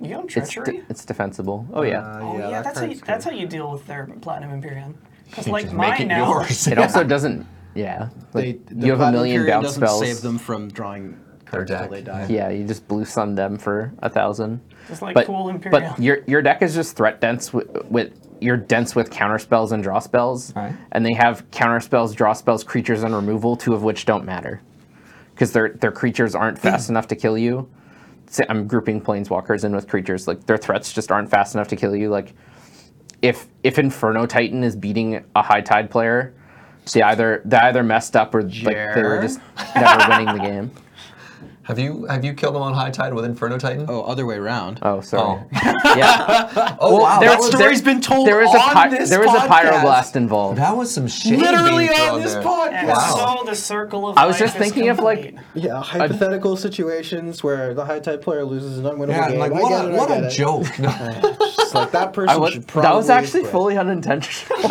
you own it's de- Treachery. it's defensible. Oh yeah. Uh, oh yeah, that that's how card's you, good. that's how you deal with their Platinum <laughs> Empyrean. Because like Just mine <laughs> now, it also doesn't. Yeah. they, Like, the you have a Platinum million Fury bounce doesn't spells. save them from drawing cards Their till deck, they die. Yeah, you just blue sun them for a thousand. Just like but, cool Imperial. but your your deck is just threat dense with, with you're dense with counter spells and draw spells, Right. and they have counter spells, draw spells, creatures, and removal, two of which don't matter, because their their creatures aren't fast enough to kill you. Say- I'm grouping planeswalkers in with creatures like their threats just aren't fast enough to kill you. Like if if Inferno Titan is beating a high tide player, they either they either messed up or like they were Jer? just never winning the game. Have you have you killed them on High Tide with Inferno Titan? Oh, other way around. Oh, sorry. Yeah. Oh, wow, there that was- was, there- story's been told there was a on this there was a podcast. pyroblast involved. that was some shit. Literally on this podcast. and Wow. so the circle of I was life just is thinking of, like, complete. Yeah, hypothetical situations where the high tide player loses an unwinnable Yeah, game. like I what get a it, I what get a <laughs> it. <laughs> joke. No. Just like that person. I was, should that was probably actually quit. fully unintentional. <laughs>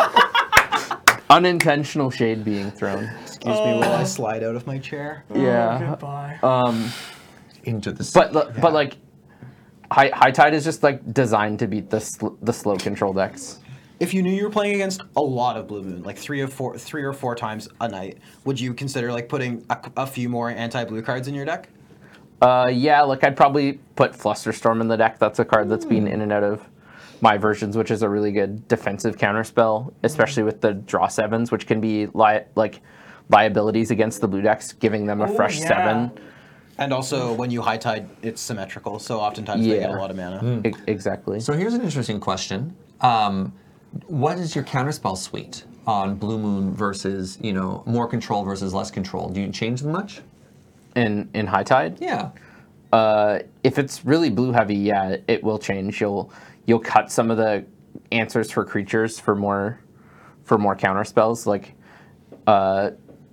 unintentional shade being thrown. Excuse me while Oh. I slide out of my chair. Oh, Yeah. uh, goodbye. Into the sea. But li- but like high, high tide is just like designed to beat the sl- the slow control decks. If you knew you were playing against a lot of blue moon, like three or four, three or four times a night, would you consider like putting a, a few more anti-blue cards in your deck? Uh, yeah, like I'd probably put Flusterstorm in the deck. That's a card that's been in and out of my versions, which is a really good defensive counterspell, especially with the draw sevens, which can be li- like liabilities against the blue decks, giving them a Oh, fresh yeah. seven. And also, when you high tide, it's symmetrical, so oftentimes they get Mm. Yeah. a lot of mana. E- exactly. so here's an interesting question. Um, what is your counterspell suite on Blue Moon versus you know more control versus less control? Do you change them much? In in high tide, Yeah. uh, if it's really blue heavy, yeah, it will change. You'll you'll cut some of the answers for creatures for more for more counter spells. Like uh,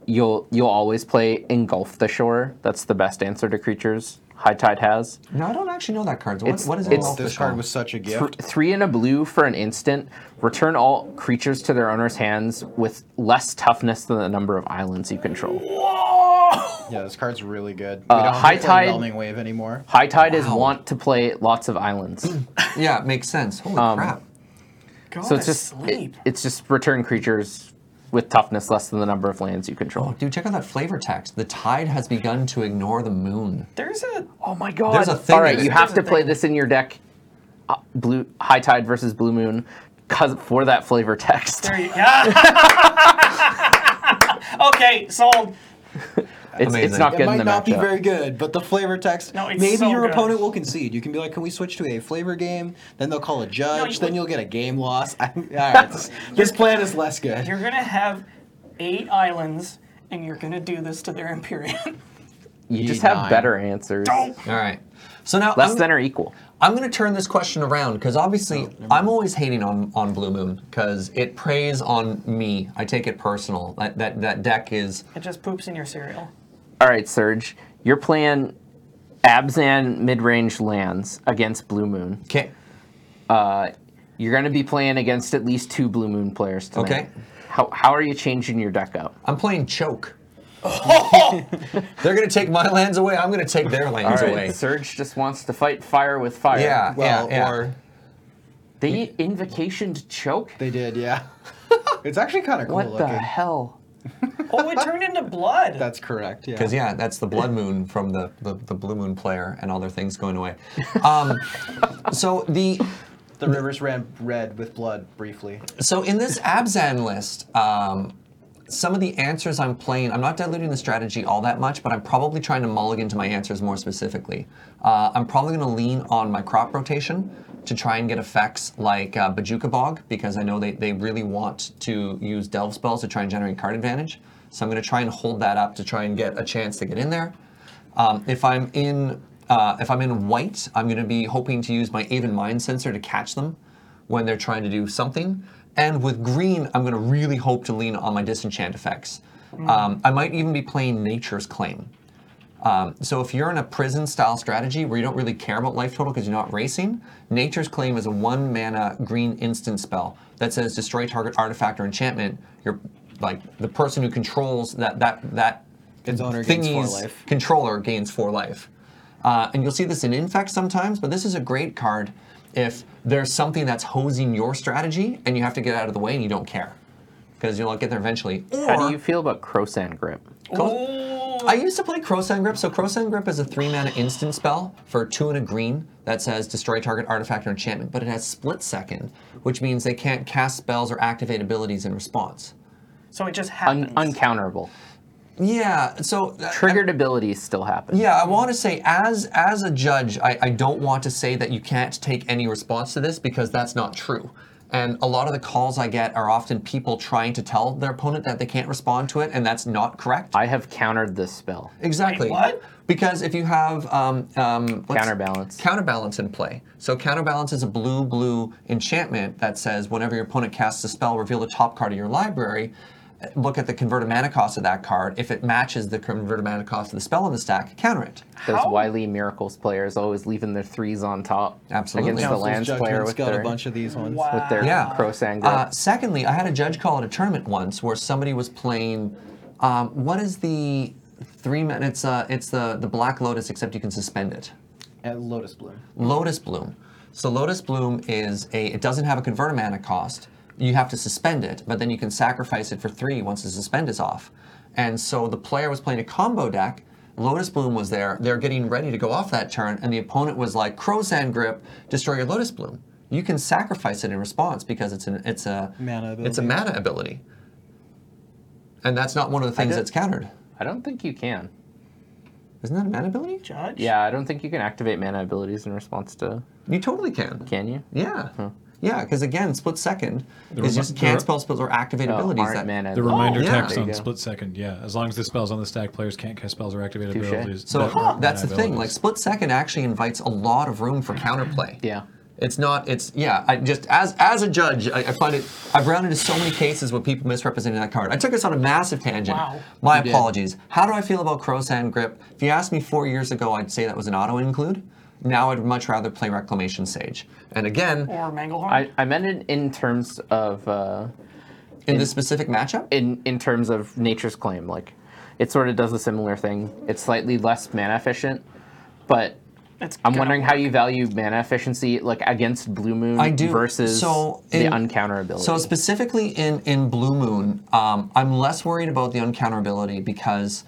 you'll you'll always play engulf the shore. That's the best answer to creatures. High tide has. No, I don't actually know that card. So what, It's- what is it? it's- called? this Fish card on? was such a Thr- gift. three and a blue for an instant. Return all creatures to their owner's hands with less toughness than the number of islands you control. Yeah, this card's really good. We don't don't have Uh, high to play tide- Whelming Whelming Wave anymore. High tide is Wow. want to play lots of islands. Yeah, makes sense. Holy Um, crap. Go So to it's just it- sleep. it's just return creatures with toughness less than the number of lands you control. Dude, check out that flavor text. The tide has begun to ignore the moon. There's a Oh my god! There's a thing All right, that- you have There's a to play thing. this in your deck. Uh, blue High Tide versus Blue Moon, 'cause- for that flavor text. there you- yeah. <laughs> okay, sold. It's, it's Amazing. not It good It in the might not be matchup. very good, but the flavor text. No, it's maybe so your good. opponent will concede. You can be like, "Can we switch to a flavor game?" Then they'll call a judge. you- then you'll get a <laughs> game loss. <laughs> I- All right, this, this plan is less good. You're gonna have eight islands, and you're gonna do this to their Empyrean. <laughs> You just E have nine. better answers, All right. So now less I'm, than or equal. I'm going to turn this question around because obviously I'm always hating on, on Blue Moon because it preys on me. I take it personal. That, that, that deck is. It just poops in your cereal. All right, Serge, you're playing Abzan mid-range lands against Blue Moon. Okay. You're going to be playing against at least two Blue Moon players tonight. Okay. How, how are you changing your deck up? I'm playing Choke. <laughs> They're going to take my lands away. I'm going to take their lands away. Serge just wants to fight fire with fire. Yeah, Well, yeah, yeah. or They invocation to choke? they did. Yeah, <laughs> it's actually kind of cool What the looking. hell? Oh, it turned into blood. That's correct. Yeah. Because yeah, that's the blood moon from the, the, the blue moon player and all their things going away. Um, so the the rivers ran red with blood briefly. so in this Abzan list, um, some of the answers I'm playing, I'm not diluting the strategy all that much, but I'm probably trying to mulligan to my answers more specifically. Uh, I'm probably going to lean on my crop rotation to try and get effects like uh, Bajuka Bog, because I know they, they really want to use Delve spells to try and generate card advantage. So I'm going to try and hold that up to try and get a chance to get in there. Um, if I'm in uh, if I'm in white, I'm going to be hoping to use my Aven Mind sensor to catch them when they're trying to do something. And with green, I'm going to really hope to lean on my disenchant effects. Um, I might even be playing Nature's Claim. Um, so if you're in a prison style strategy where you don't really care about life total because you're not racing, Nature's Claim is a one mana green instant spell that says destroy target artifact or enchantment. You're like the person who controls that that that Its owner gains four thingy's life. controller gains four life. Uh, and you'll see this in Infect sometimes, but this is a great card if there's something that's hosing your strategy and you have to get out of the way and you don't care because you'll get there eventually. Or How do you feel about Crosan Grip? I used to play Crosan Grip. So Crosan Grip is a three mana instant spell for two and a green that says destroy target artifact or enchantment, but it has split second, which means they can't cast spells or activate abilities in response. so it just Un- happens. uncounterable. Yeah, so uh, Triggered abilities still happen. Yeah, I want to say as as a judge, I, I don't want to say that you can't take any response to this because that's not true. And a lot of the calls I get are often people trying to tell their opponent that they can't respond to it, and that's not correct. I have countered this spell. Exactly. Wait, what? Because if you have um, um, what's- Counterbalance. counterbalance in play. So counterbalance is a blue blue enchantment that says whenever your opponent casts a spell, reveal the top card of your library. uh, Look at the converted mana cost of that card. If it matches the converted mana cost of the spell in the stack, counter it. Those How- Wily Miracles players always leaving their threes on top. Absolutely. Against the Council's lands player Judgment's with got their, a bunch of these ones. Wow. with their Yeah. Crosan Grip. Uh, secondly, I had a judge call at a tournament once where somebody was playing. Um, what is the three minutes? Uh, it's the the Black Lotus, except you can suspend it. At Lotus Bloom. Lotus Bloom. So Lotus Bloom is a. It doesn't have a converter mana cost. You have to suspend it, but then you can sacrifice it for three once the suspend is off. And so the player was playing a combo deck. Lotus Bloom was there. They're getting ready to go off that turn, and the opponent was like, "Crowsand Grip, destroy your Lotus Bloom." You can sacrifice it in response because it's an it's a Mana It's a ability. mana ability, and that's not one of the things don't- that's countered. I don't think you can. Isn't that a mana ability? Judge? Yeah, I don't think you can activate mana abilities in response to. You totally can. Can you? Yeah. Yeah, because again, split second The is remi- just can't the- spell spells or activate Oh, abilities. Art that- Oh, Mana. The reminder yeah. text There on you go. split second, yeah. As long as the spells on the stack, players can't cast spells or activate Touche. abilities. So that aren't that's the mana thing. Like abilities. split second actually invites a lot of room for counterplay. Yeah. It's not. It's yeah. I just as as a judge, I, I find it. I've run into so many cases where people misrepresenting that card. I took us on a massive tangent. Wow. My You did. apologies. How do I feel about Crow's Hand Grip? If you asked me four years ago, I'd say that was an auto include. Now I'd much rather play Reclamation Sage. And again, or Manglehorn. I, I meant it in terms of uh, in this specific matchup, in in terms of nature's claim. Like, it sort of does a similar thing. It's slightly less mana efficient, but it's I'm gonna wondering work. how you value mana efficiency like against Blue Moon I do. versus So, the in- uncounterability. So specifically in in Blue Moon, um, I'm less worried about the uncounterability because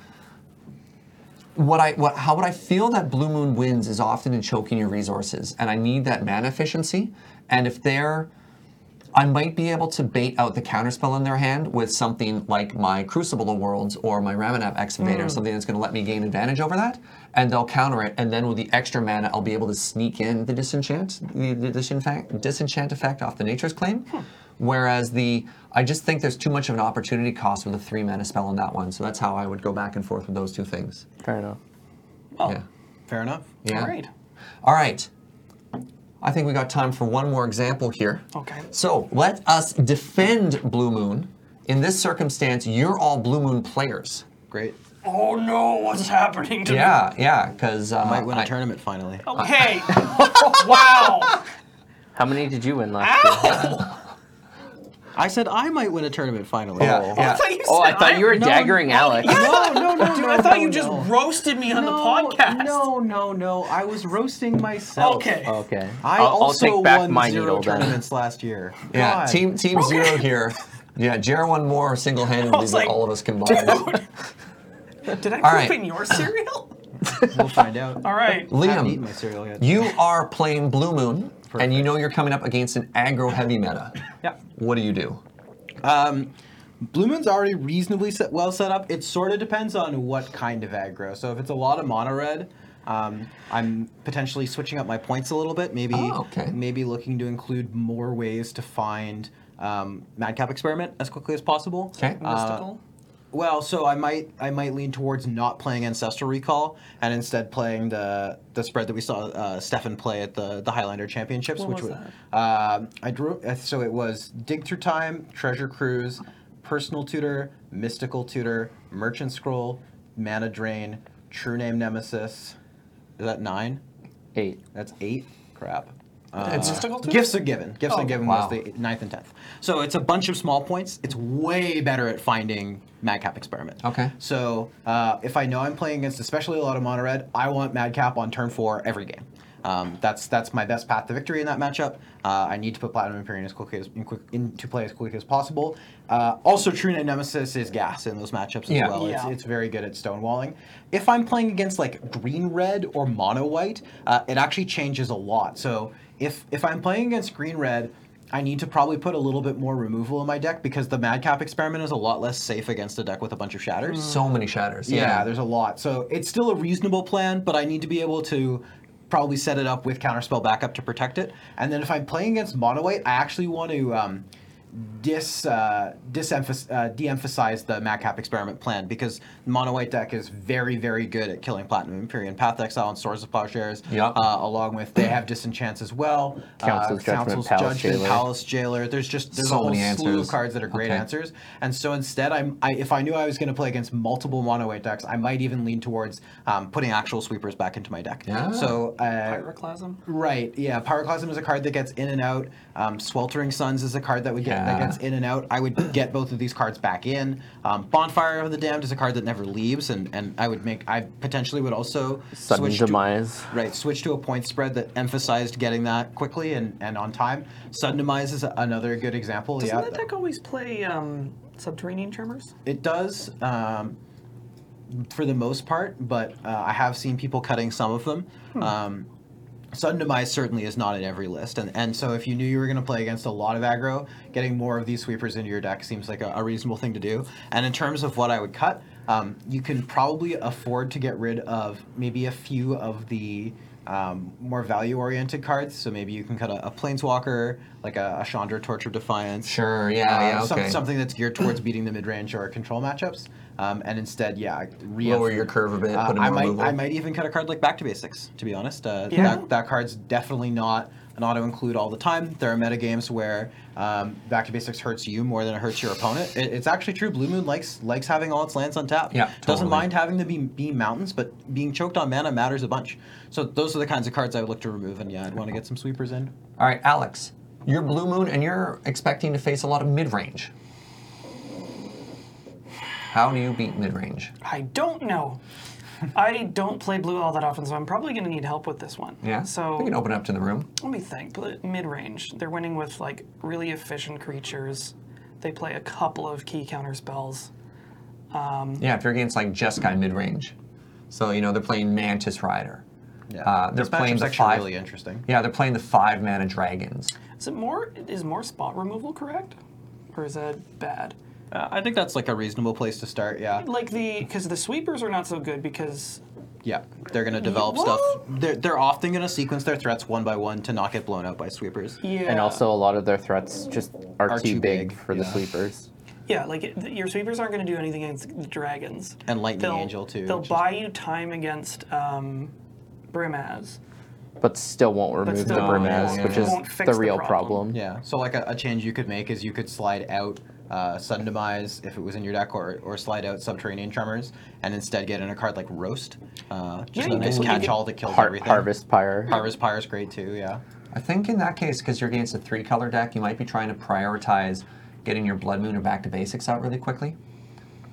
what I what how would I feel that Blue Moon wins is often in choking your resources, and I need that mana efficiency. And if they're I might be able to bait out the counterspell in their hand with something like my Crucible of Worlds or my Ramanap Excavator, something that's going to let me gain advantage over that, and they'll counter it. And then with the extra mana, I'll be able to sneak in the disenchant, the, the disenchant, disenchant effect off the Nature's Claim. Whereas the, I just think there's too much of an opportunity cost with a three mana spell on that one. So that's how I would go back and forth with those two things. Fair enough. Well, Yeah. Fair enough. Yeah. Oh, great. All right. I think we got time for one more example here. Okay. So let us defend Blue Moon. In this circumstance, you're all Blue Moon players. Great. Oh no, what's happening to Yeah, yeah, because uh, Might win a I- tournament finally. me? <laughs> Okay. wow. How many did you win Ah, last year? I said I might win a tournament finally. Yeah, yeah. I thought you Oh, I said thought you were no, daggering Alex. <laughs> No, no, <laughs> no, Dude, no, I thought no, you just no. roasted me on no, the podcast. No, no, no. I was roasting myself. Uh, Okay. Oh, Okay. I I'll- I'll also take back won my zero needle then. tournaments last year. yeah. God. Team Team Zero here. Yeah, Jer won more <laughs> single-handedly was than like, all of us combined. Did I poop All right. in your <laughs> cereal? We'll find out. All right. I haven't eaten Liam, my cereal yet. you are playing Blue Moon, and you know you're coming up against an aggro-heavy meta. Yeah. What do you do? Blue Moon's already reasonably set, well set up. It sort of depends on what kind of aggro. So if it's a lot of mono red, um, I'm potentially switching up my points a little bit. Maybe Oh, okay. maybe looking to include more ways to find um, Madcap Experiment as quickly as possible. Uh, Okay. Mystical. Well, so I might I might lean towards not playing Ancestral Recall and instead playing the the spread that we saw uh, Stefan play at the the Highlander Championships, What which was um, I drew. uh, So it was Dig Through Time, Treasure Cruise, Personal Tutor, Mystical Tutor, Merchant Scroll, Mana Drain, True Name Nemesis. Is that nine? Eight. That's eight. Crap. Uh, it's mystical too? Gifts are given. Gifts Oh, are given wow. was the ninth and tenth. So it's a bunch of small points. It's way better at finding Madcap Experiment. Okay. So uh, if I know I'm playing against especially a lot of mono red, I want Madcap on turn four every game. Um, that's that's my best path to victory in that matchup. Uh, I need to put Platinum Imperium as quickly as in quick, into play as quickly as possible. Uh, also, True Name Nemesis is gas in those matchups as Yeah. well. It's, Yeah. it's very good at stonewalling. If I'm playing against like green red or mono white, uh, it actually changes a lot. So if if I'm playing against green red, I need to probably put a little bit more removal in my deck because the Madcap experiment is a lot less safe against a deck with a bunch of shatters. So many shatters. Yeah, Yeah. there's a lot. So it's still a reasonable plan, but I need to be able to probably set it up with counterspell backup to protect it. And then if I'm playing against mono white, I actually want to um, dis uh, disemphasis uh, de-emphasize the madcap experiment plan because mono white deck is very very good at killing platinum imperium path exile and swords of plowshares. Yep. Uh, along with they have disenchants as well. Council's uh, Judgment, Council's Palace Judgment, Jailer. Palace Jailer. There's just there's So a whole many slew answers. of cards that are great Okay. answers answers. And so instead, I'm I, if I knew I was going to play against multiple mono white decks, I might even lean towards um, putting actual sweepers back into my deck. Yeah. So uh, Pyroclasm. right, yeah, pyroclasm is a card that gets in and out. Um, Sweltering Suns is a card that would get that Yeah. gets in and out. I would <coughs> get both of these cards back in. Um, Bonfire of the Damned is a card that never leaves, and and I would make I potentially would also Sudden switch to- demise. Right, switch to a point spread that emphasized getting that quickly and, and on time. Sudden Demise is another good example. Doesn't yeah, that deck always play um, Subterranean Tremors? It does, um, for the most part, but uh, I have seen people cutting some of them. Um, Sudden Demise certainly is not in every list, and, and so if you knew you were going to play against a lot of aggro, getting more of these sweepers into your deck seems like a, a reasonable thing to do. And in terms of what I would cut, um, you can probably afford to get rid of maybe a few of the um, more value oriented cards. So maybe you can cut a, a Planeswalker, like a, a Chandra Torture of Defiance. Sure, yeah, uh, Oh, yeah, some- okay. something that's geared <clears throat> towards beating the mid range or control matchups. Um, and instead, yeah, re- Lower your curve a bit, Uh, put in I more might, removal. I might even cut a card like Back to Basics. To be honest, uh, Yeah. that, that card's definitely not an auto include all the time. There are metagames where um, Back to Basics hurts you more than it hurts your opponent. It, it's actually true. Blue Moon likes likes having all its lands on tap. Yeah, totally. doesn't mind having them be, be mountains, but being choked on mana matters a bunch. So those are the kinds of cards I would look to remove. And yeah, I'd want to get some sweepers in. All right, Alex, you're Blue Moon and you're expecting to face a lot of mid range. How do you beat mid range? I don't know. I don't play blue all that often, so I'm probably going to need help with this one. Yeah. So we can open up to the room. let me think. Mid range. They're winning with like really efficient creatures. They play a couple of key counter spells. Yeah, if you're against like Jeskai mid range, so you know they're playing Mantis Rider. Yeah, Uh, they're this playing matchup's the actually five- really interesting. Yeah, they're playing the five mana dragons. Is it more? Is more spot removal correct, or is that bad? Uh, I think that's like a reasonable place to start. Yeah, Like the because the sweepers are not so good because yeah, they're gonna develop What? stuff. They're they're often gonna sequence their threats one by one to not get blown out by sweepers. yeah And also, a lot of their threats just are, Are too, too big, big, for the yeah. sweepers. Yeah, like it, your sweepers aren't going to do anything against the dragons. And Lightning They'll- Angel, too, They'll just- buy you time against um, Brimaz. But still won't remove still the won't- Brimaz, won't- which is won't fix the the real problem. problem. Yeah. So like a, a change you could make is you could slide out uh, Sudden Demise if it was in your deck, or, or slide out Subterranean Tremors, and instead get in a card like Roast. Uh, just Yeah, a you nice could- catch all that kills Har- everything. Harvest Pyre. Harvest Pyre is great too. Yeah. I think in that case, because you're against a three color deck, you might be trying to prioritize getting your Blood Moon or Back to Basics out really quickly.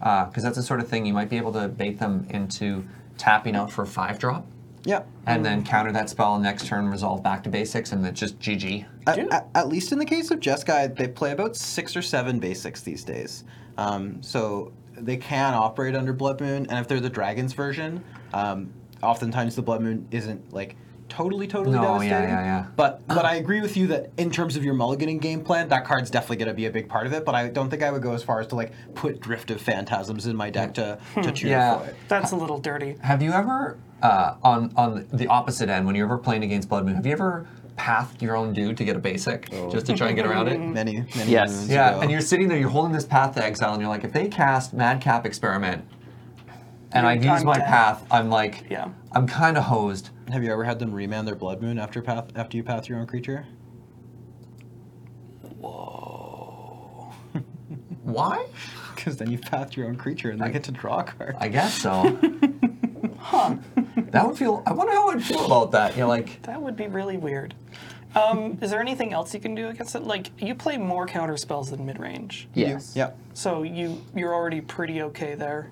Because that's the sort of thing you might be able to bait them into tapping out for a five drop Yeah. and Mm. then counter that spell next turn, resolve Back to Basics, and it's just GG. At, at- at least in the case of Jeskai, they play about six or seven basics these days. Um, so they can operate under Blood Moon, and if they're the Dragon's version, um, oftentimes the Blood Moon isn't like totally, totally No, yeah, devastating. yeah, yeah. <gasps> But but I agree with you that in terms of your mulliganing game plan, that card's definitely going to be a big part of it. But I don't think I would go as far as to like put Drift of Phantasms in my <laughs> deck to to cheer Yeah. for it. That's a little dirty. Have you ever, uh, on on the opposite end, when you're ever playing against Blood Moon, have you ever pathed your own dude to get a basic Oh. just to try and get around <laughs> it? Many, many Yes. moons Mm-hmm. Yeah, ago. and you're sitting there, you're holding this path to exile, and you're like, if they cast Madcap Experiment, and I You're- use I'm my dead. path, I'm like, Yeah. I'm kind of hosed. Have you ever had them remand their Blood Moon after path after you path your own creature? Why? Because then you path your own creature and they get to draw <laughs> a card. I guess <laughs> so. huh? That would feel. I wonder how I'd feel about that. You're like, That would be really weird. Um, is there anything else you can do against it? Like you play more counter spells than mid range, Yes. Yep. so you you're already pretty okay there.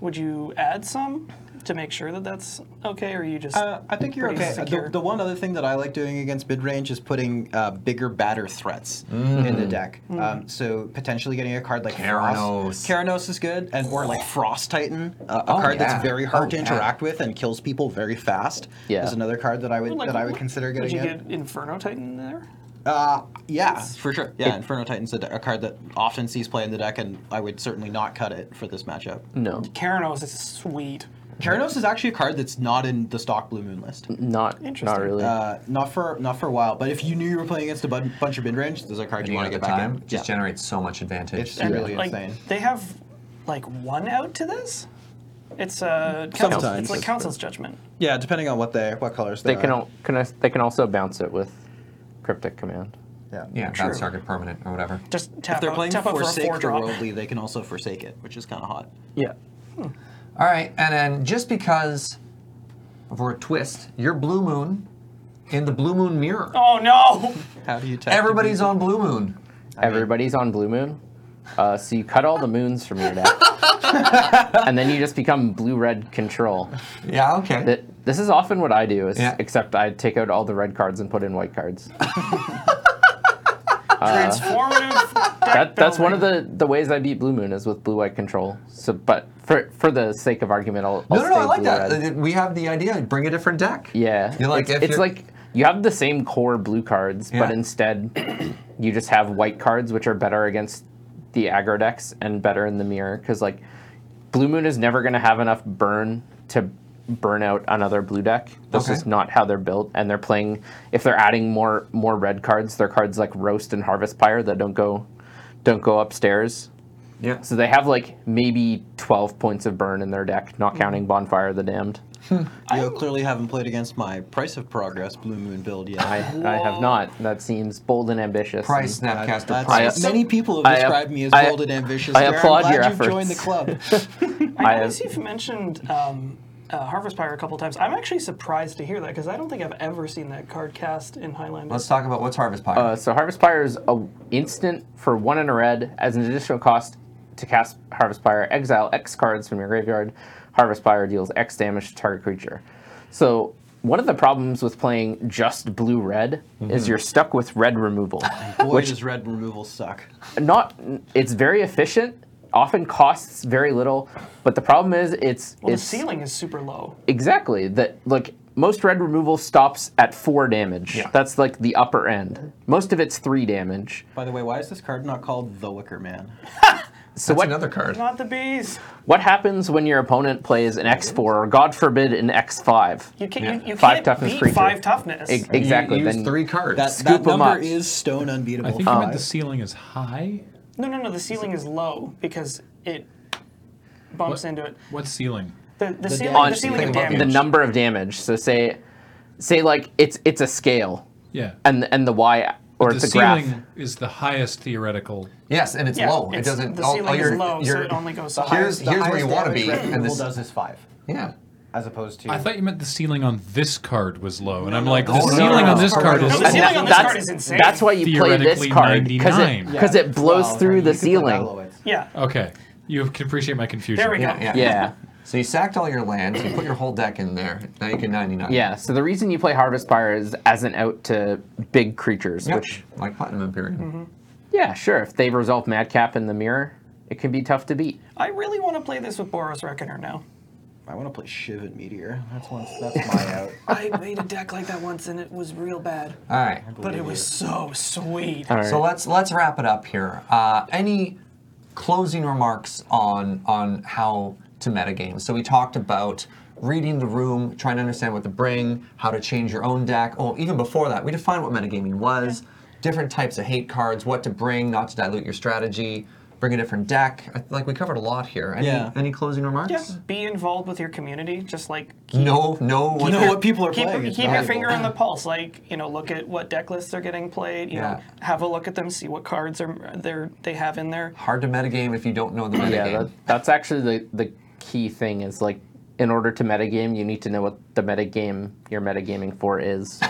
Would you add some to make sure that that's okay, or you just Uh, I think you're pretty okay. The, secure? the one other thing that I like doing against mid range is putting uh, bigger batter threats Mm. in the deck. Mm. Um, so potentially getting a card like Keranos. Frost. Keranos is good, and or like Frost Titan, uh, a Oh, card yeah. that's very hard Oh, to yeah. interact with and kills people very fast. Yeah. is another card that I would Like, that I would consider getting Would you in. get Inferno Titan in there? Uh, yeah, for sure. Yeah, Inferno Titan's a, de- a card that often sees play in the deck, and I would certainly not cut it for this matchup. No. Keranos is sweet. Keranos is actually a card that's not in the stock blue moon list. Not, not Interesting. really. Uh, not for not for a while, but if you knew you were playing against a bun- bunch of mid range, there's a card and you you want at to the get back time, in. just yeah. generates so much advantage. It's Yeah. really like insane. they have like one out to this. It's uh, council, Sometimes. it's like council's judgment. Yeah, depending on what they what colors they uh, can, al- can al- they can also bounce it with Cryptic Command. Yeah. yeah, bounce target permanent or whatever. Just tap If they're out- playing tap out for a forsake four the drop. worldly, they can also forsake it, which is kind of hot. Yeah. All right, and then just because, for a twist, you're Blue Moon, in the Blue Moon mirror. Oh no! How do you? tactically- Everybody's on Blue Moon. Everybody's on Blue Moon. Uh, so you cut all the moons from your <laughs> deck. and then you just become blue red control. Yeah, okay. That this is often what I do, is, Yeah. except I take out all the red cards and put in <laughs> white cards. uh, <laughs> Transformative. That, that's one of the, the ways I beat Blue Moon is with blue white control. So, but for for the sake of argument, I'll, I'll No, no, no, stay I like blue that. red. Uh, We have the idea. Bring a different deck. Yeah, You're like, it's, if it's you're- like you have the same core blue cards, but Yeah. instead <clears throat> you just have white cards, which are better against the aggro decks and better in the mirror. Because like Blue Moon is never going to have enough burn to burn out another blue deck. That's Okay. just not how they're built. And they're playing if they're adding more more red cards, their cards like roast and harvest pyre that don't go don't go upstairs. Yeah. So they have like maybe twelve points of burn in their deck, Mm-hmm. not counting Bonfire of the Damned. You clearly haven't played against my Price of Progress Blue Moon build yet. I, I have not. That seems bold and ambitious. Price and- Snapcaster That's- Price. many people I- have described me as I- bold and ambitious. I Garen, applaud glad your you've joined the efforts. club. <laughs> I I- noticed you've mentioned um, uh, Harvest Pyre a couple times. I'm actually surprised to hear that because I don't think I've ever seen that card cast in Highlander. Let's talk about what's Harvest Pyre. Uh, so Harvest Pyre is a instant for one and a red as an additional cost to cast Harvest Pyre. Exile X cards from your graveyard. Harvest Pyre deals X damage to target creature. So one of the problems with playing just blue red Mm-hmm. is you're stuck with red removal, <laughs> Boy, which does red removal suck. not it's very efficient. Often costs very little, but the problem is it's well, the it's ceiling is super low. Exactly. That like most red removal stops at four damage. Yeah. That's like the upper end. Most of it's three damage. By the way, why is this card not called the Wicker Man? So That's what another card. Not the bees. what happens when your opponent plays an X four or God forbid an X five? You can't. Yeah. You, you Five can't toughness beat creature. five toughness. Exactly. You use then three cards. That, Scoop that 'em number up. is stone unbeatable. Uh, I think uh, you meant the ceiling is high. no, no, no. The ceiling is low because it bumps What? into it. What ceiling? The, the, ceiling, damage. on the ceiling of Think about damage. the number of damage. So say say like it's it's a scale Yeah. and and the Y or the it's a ceiling graph. is the highest theoretical. yes, and it's Yeah, low. It it's- doesn't. The all- all ceiling your- is low, so your- it only goes so high. Here's here's where you want to be. And this, does is five, yeah. as opposed to. I thought you meant the ceiling on this card was low, and I'm no, like, the no, no, no, ceiling no, on no. this card is No, the low. ceiling on this that's, card is insane. That's why you play this Theoretically card because it 99. because it blows Well, through you the could put it ceiling. below it. Yeah. Okay, you can appreciate my confusion. There we go. Yeah, <laughs> yeah. Yeah. So you sacked all your lands. You put your whole deck in there. Now you can 99. Yeah, so the reason you play Harvest Pyre is as an out to big creatures, Yep. which, Like Platinum Imperium. Mm-hmm. yeah, sure, if they resolve Madcap in the mirror, it can be tough to beat. I really want to play this with Boros Reckoner now. I want to play Shiv and Meteor. That's one. <laughs> That's my out. I made a deck like that once and it was real bad, All right. but it was so sweet. All right. So let's let's wrap it up here. Uh, any closing remarks on on how to metagame? So we talked about reading the room, trying to understand what to bring, how to change your own deck. Oh, even before that, we defined what metagaming was, different types of hate cards, what to bring, not to dilute your strategy, bring a different deck. I, like we covered a lot here. Any, Yeah. any closing remarks? Yeah, be involved with your community. Just like No, no. what You know they're- what people are keep, playing. it's keep your valuable. finger on the pulse. Like you know, look at what deck lists are getting played. You know, Yeah. have a look at them, see what cards are they they have in there. Hard to metagame if you don't know the metagame. Yeah, that, that's actually the, the key thing is like, in order to metagame, you need to know what the metagame you're metagaming <laughs> for is.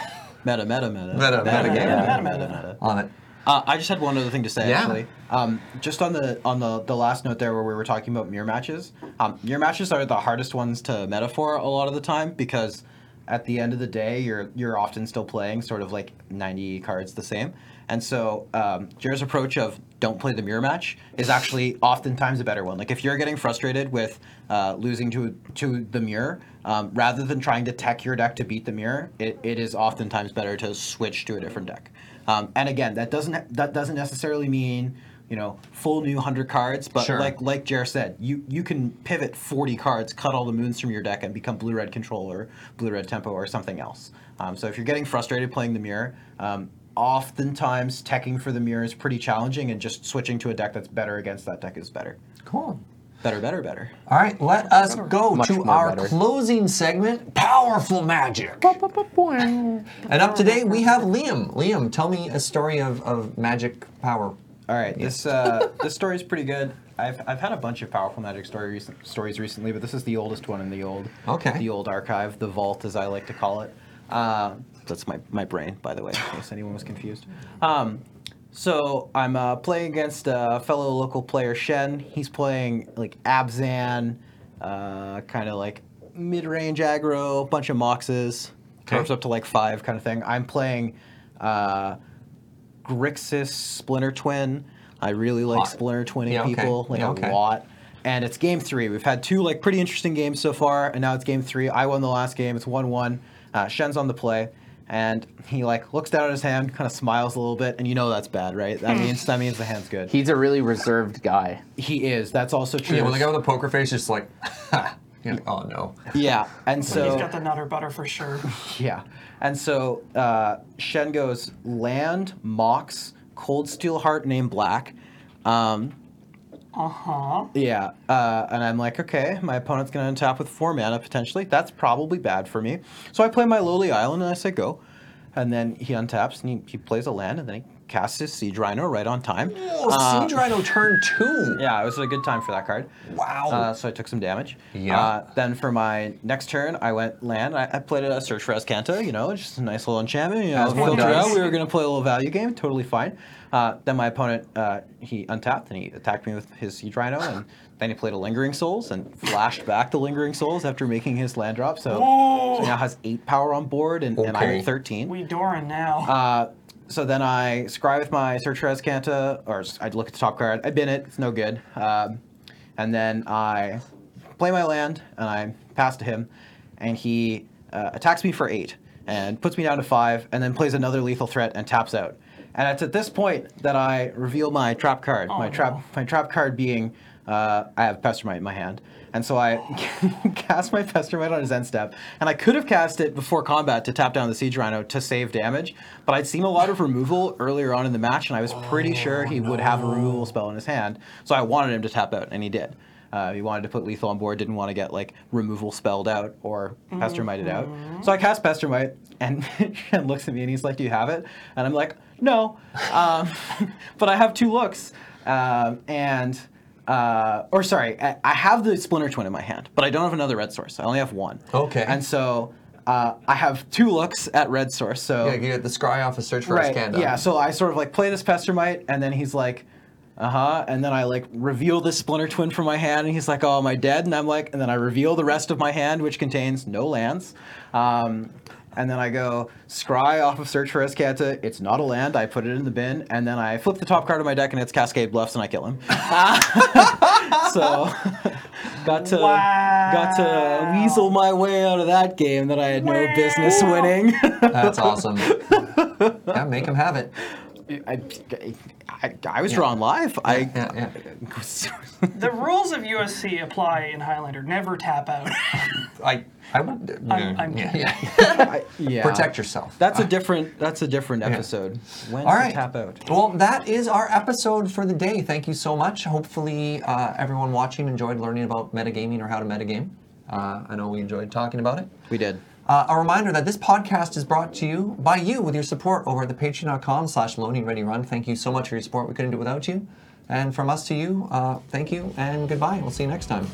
Meta, meta, meta. Meta, meta, meta, meta. Love it. Uh, I just had one other thing to say Yeah. actually. Um, just on the on the, the last note there where we were talking about mirror matches. Um, mirror matches are the hardest ones to metaphor a lot of the time because at the end of the day you're you're often still playing sort of like 90 cards the same. And so um, Jared's approach of don't play the mirror match is actually oftentimes a better one. Like if you're getting frustrated with uh, losing to to the mirror, um, rather than trying to tech your deck to beat the mirror, it, it is oftentimes better to switch to a different deck. Um, and again, that doesn't that doesn't necessarily mean you know full new hundred cards, but Sure. like like Jer said, you you can pivot forty cards, cut all the moons from your deck, and become blue red control or blue red tempo or something else. Um, so if you're getting frustrated playing the mirror. Um, Oftentimes, teching for the mirror is pretty challenging, and just switching to a deck that's better against that deck is better. Cool. Better, better, better. All right, let us go Much to more our better. closing segment, Powerful Magic. And up today, we have Liam. Liam, tell me a story of, of magic power. All right, <laughs> this uh, this story is pretty good. I've, I've had a bunch of powerful magic story recent, stories recently, but this is the oldest one in the old Okay. the old archive, the vault as I like to call it. Uh, that's my my brain, by the way, in case anyone was confused. Um, so I'm uh, playing against a fellow local player, Shen. He's playing like Abzan, uh, kind of like mid-range aggro, bunch of Moxes, Okay. curves up to like five kind of thing. I'm playing. Uh, Grixis Splinter Twin. I really like Hot. Splinter Twinning Yeah, okay. people like Yeah, a okay. lot. And it's game three. We've had two like pretty interesting games so far, and now it's game three. I won the last game. It's one one. Uh, Shen's on the play, and he like looks down at his hand, kind of smiles a little bit, and you know that's bad, right? Hmm. That means that means the hand's good. He, He's a really reserved guy. is. That's also true. Yeah, when the guy with the poker face is just like, <laughs> You're like, oh no. Yeah, and so He's got the nutter butter for <laughs> sure. Yeah. And so uh, Shen goes land, Mox, Cold Steel Heart, name Black. Um, Uh huh. yeah. Uh, and I'm like, okay, my opponent's going to untap with four mana potentially. That's probably bad for me. So I play my lowly island and I say go. And then he untaps and he, he plays a land and then he casts his Siege Rhino right on time. Oh, Siege Rhino turn two. Uh, Yeah, it was a good time for that card. Wow. Uh, so I took some damage. Yeah. Uh, then for my next turn, I went land. I, I played a Search for Escanta, you know, just a nice little enchantment. You know, As one filter does. out. We were going to play a little value game, totally fine. Uh, then my opponent, uh, he untapped and he attacked me with his Siege Rhino, and then he played a Lingering Souls and flashed back the Lingering Souls after making his land drop. So, so he now has eight power on board and, and I Okay. have 13. We Doran now. Uh, so then I scry with my Search for Escanta, or s- I'd look at the top card. I bin it. It's no good. Um, and then I play my land, and I pass to him, and he uh, attacks me for eight, and puts me down to five, and then plays another lethal threat and taps out. And it's at this point that I reveal my trap card. my no. trap, my trap card being uh, I have Pestermite in my hand, and so I <laughs> cast my Pestermite on his end step, and I could have cast it before combat to tap down the Siege Rhino to save damage, but I'd seen a lot of removal earlier on in the match, and I was pretty sure he would have a removal spell in his hand, so I wanted him to tap out, and he did. Uh, he wanted to put lethal on board, didn't want to get like removal spelled out or Mm-hmm. pestermited out. So I cast pestermite, and <laughs> and looks at me and he's like, "Do you have it?" And I'm like, <laughs> "No," um, <laughs> but I have two looks, um, and uh, or sorry, I, I have the splinter twin in my hand, but I don't have another red source. I only have one. Okay. And so uh, I have two looks at red source. So Yeah, you get the scry off a search for right. Escanda. Yeah, so I sort of like play this Pestermite, and then he's like, uh huh. And then I like reveal this Splinter Twin from my hand, and he's like, oh, am I dead? And I'm like, and then I reveal the rest of my hand, which contains no lands. Um, and then I go scry off of Search for Escanta. It's not a land. I put it in the bin, and then I flip the top card of my deck, and it's Cascade Bluffs, and I kill him. <laughs> so got to got to Wow. weasel my way out of that game that I had no business Wow. winning. <laughs> <laughs> That's awesome. yeah, make him have it. I, I, I was drawn live. I <laughs> Yeah, yeah. the rules of USC apply in Highlander. Never tap out. I, I would. I'm- I'm yeah, kidding. yeah. I- yeah. Protect yourself. <laughs> That's a different. That's a different episode. When's All the right. tap out? Well, that is our episode for the day. Thank you so much. Hopefully, uh, everyone watching enjoyed learning about metagaming or how to metagame. Uh, I know we enjoyed talking about it. We did. Uh, a reminder that this podcast is brought to you by you with your support over at the patreon.com slash loaning ready run. Thank you so much for your support. We couldn't do it without you. And from us to you, uh, thank you and goodbye. We'll see you next time.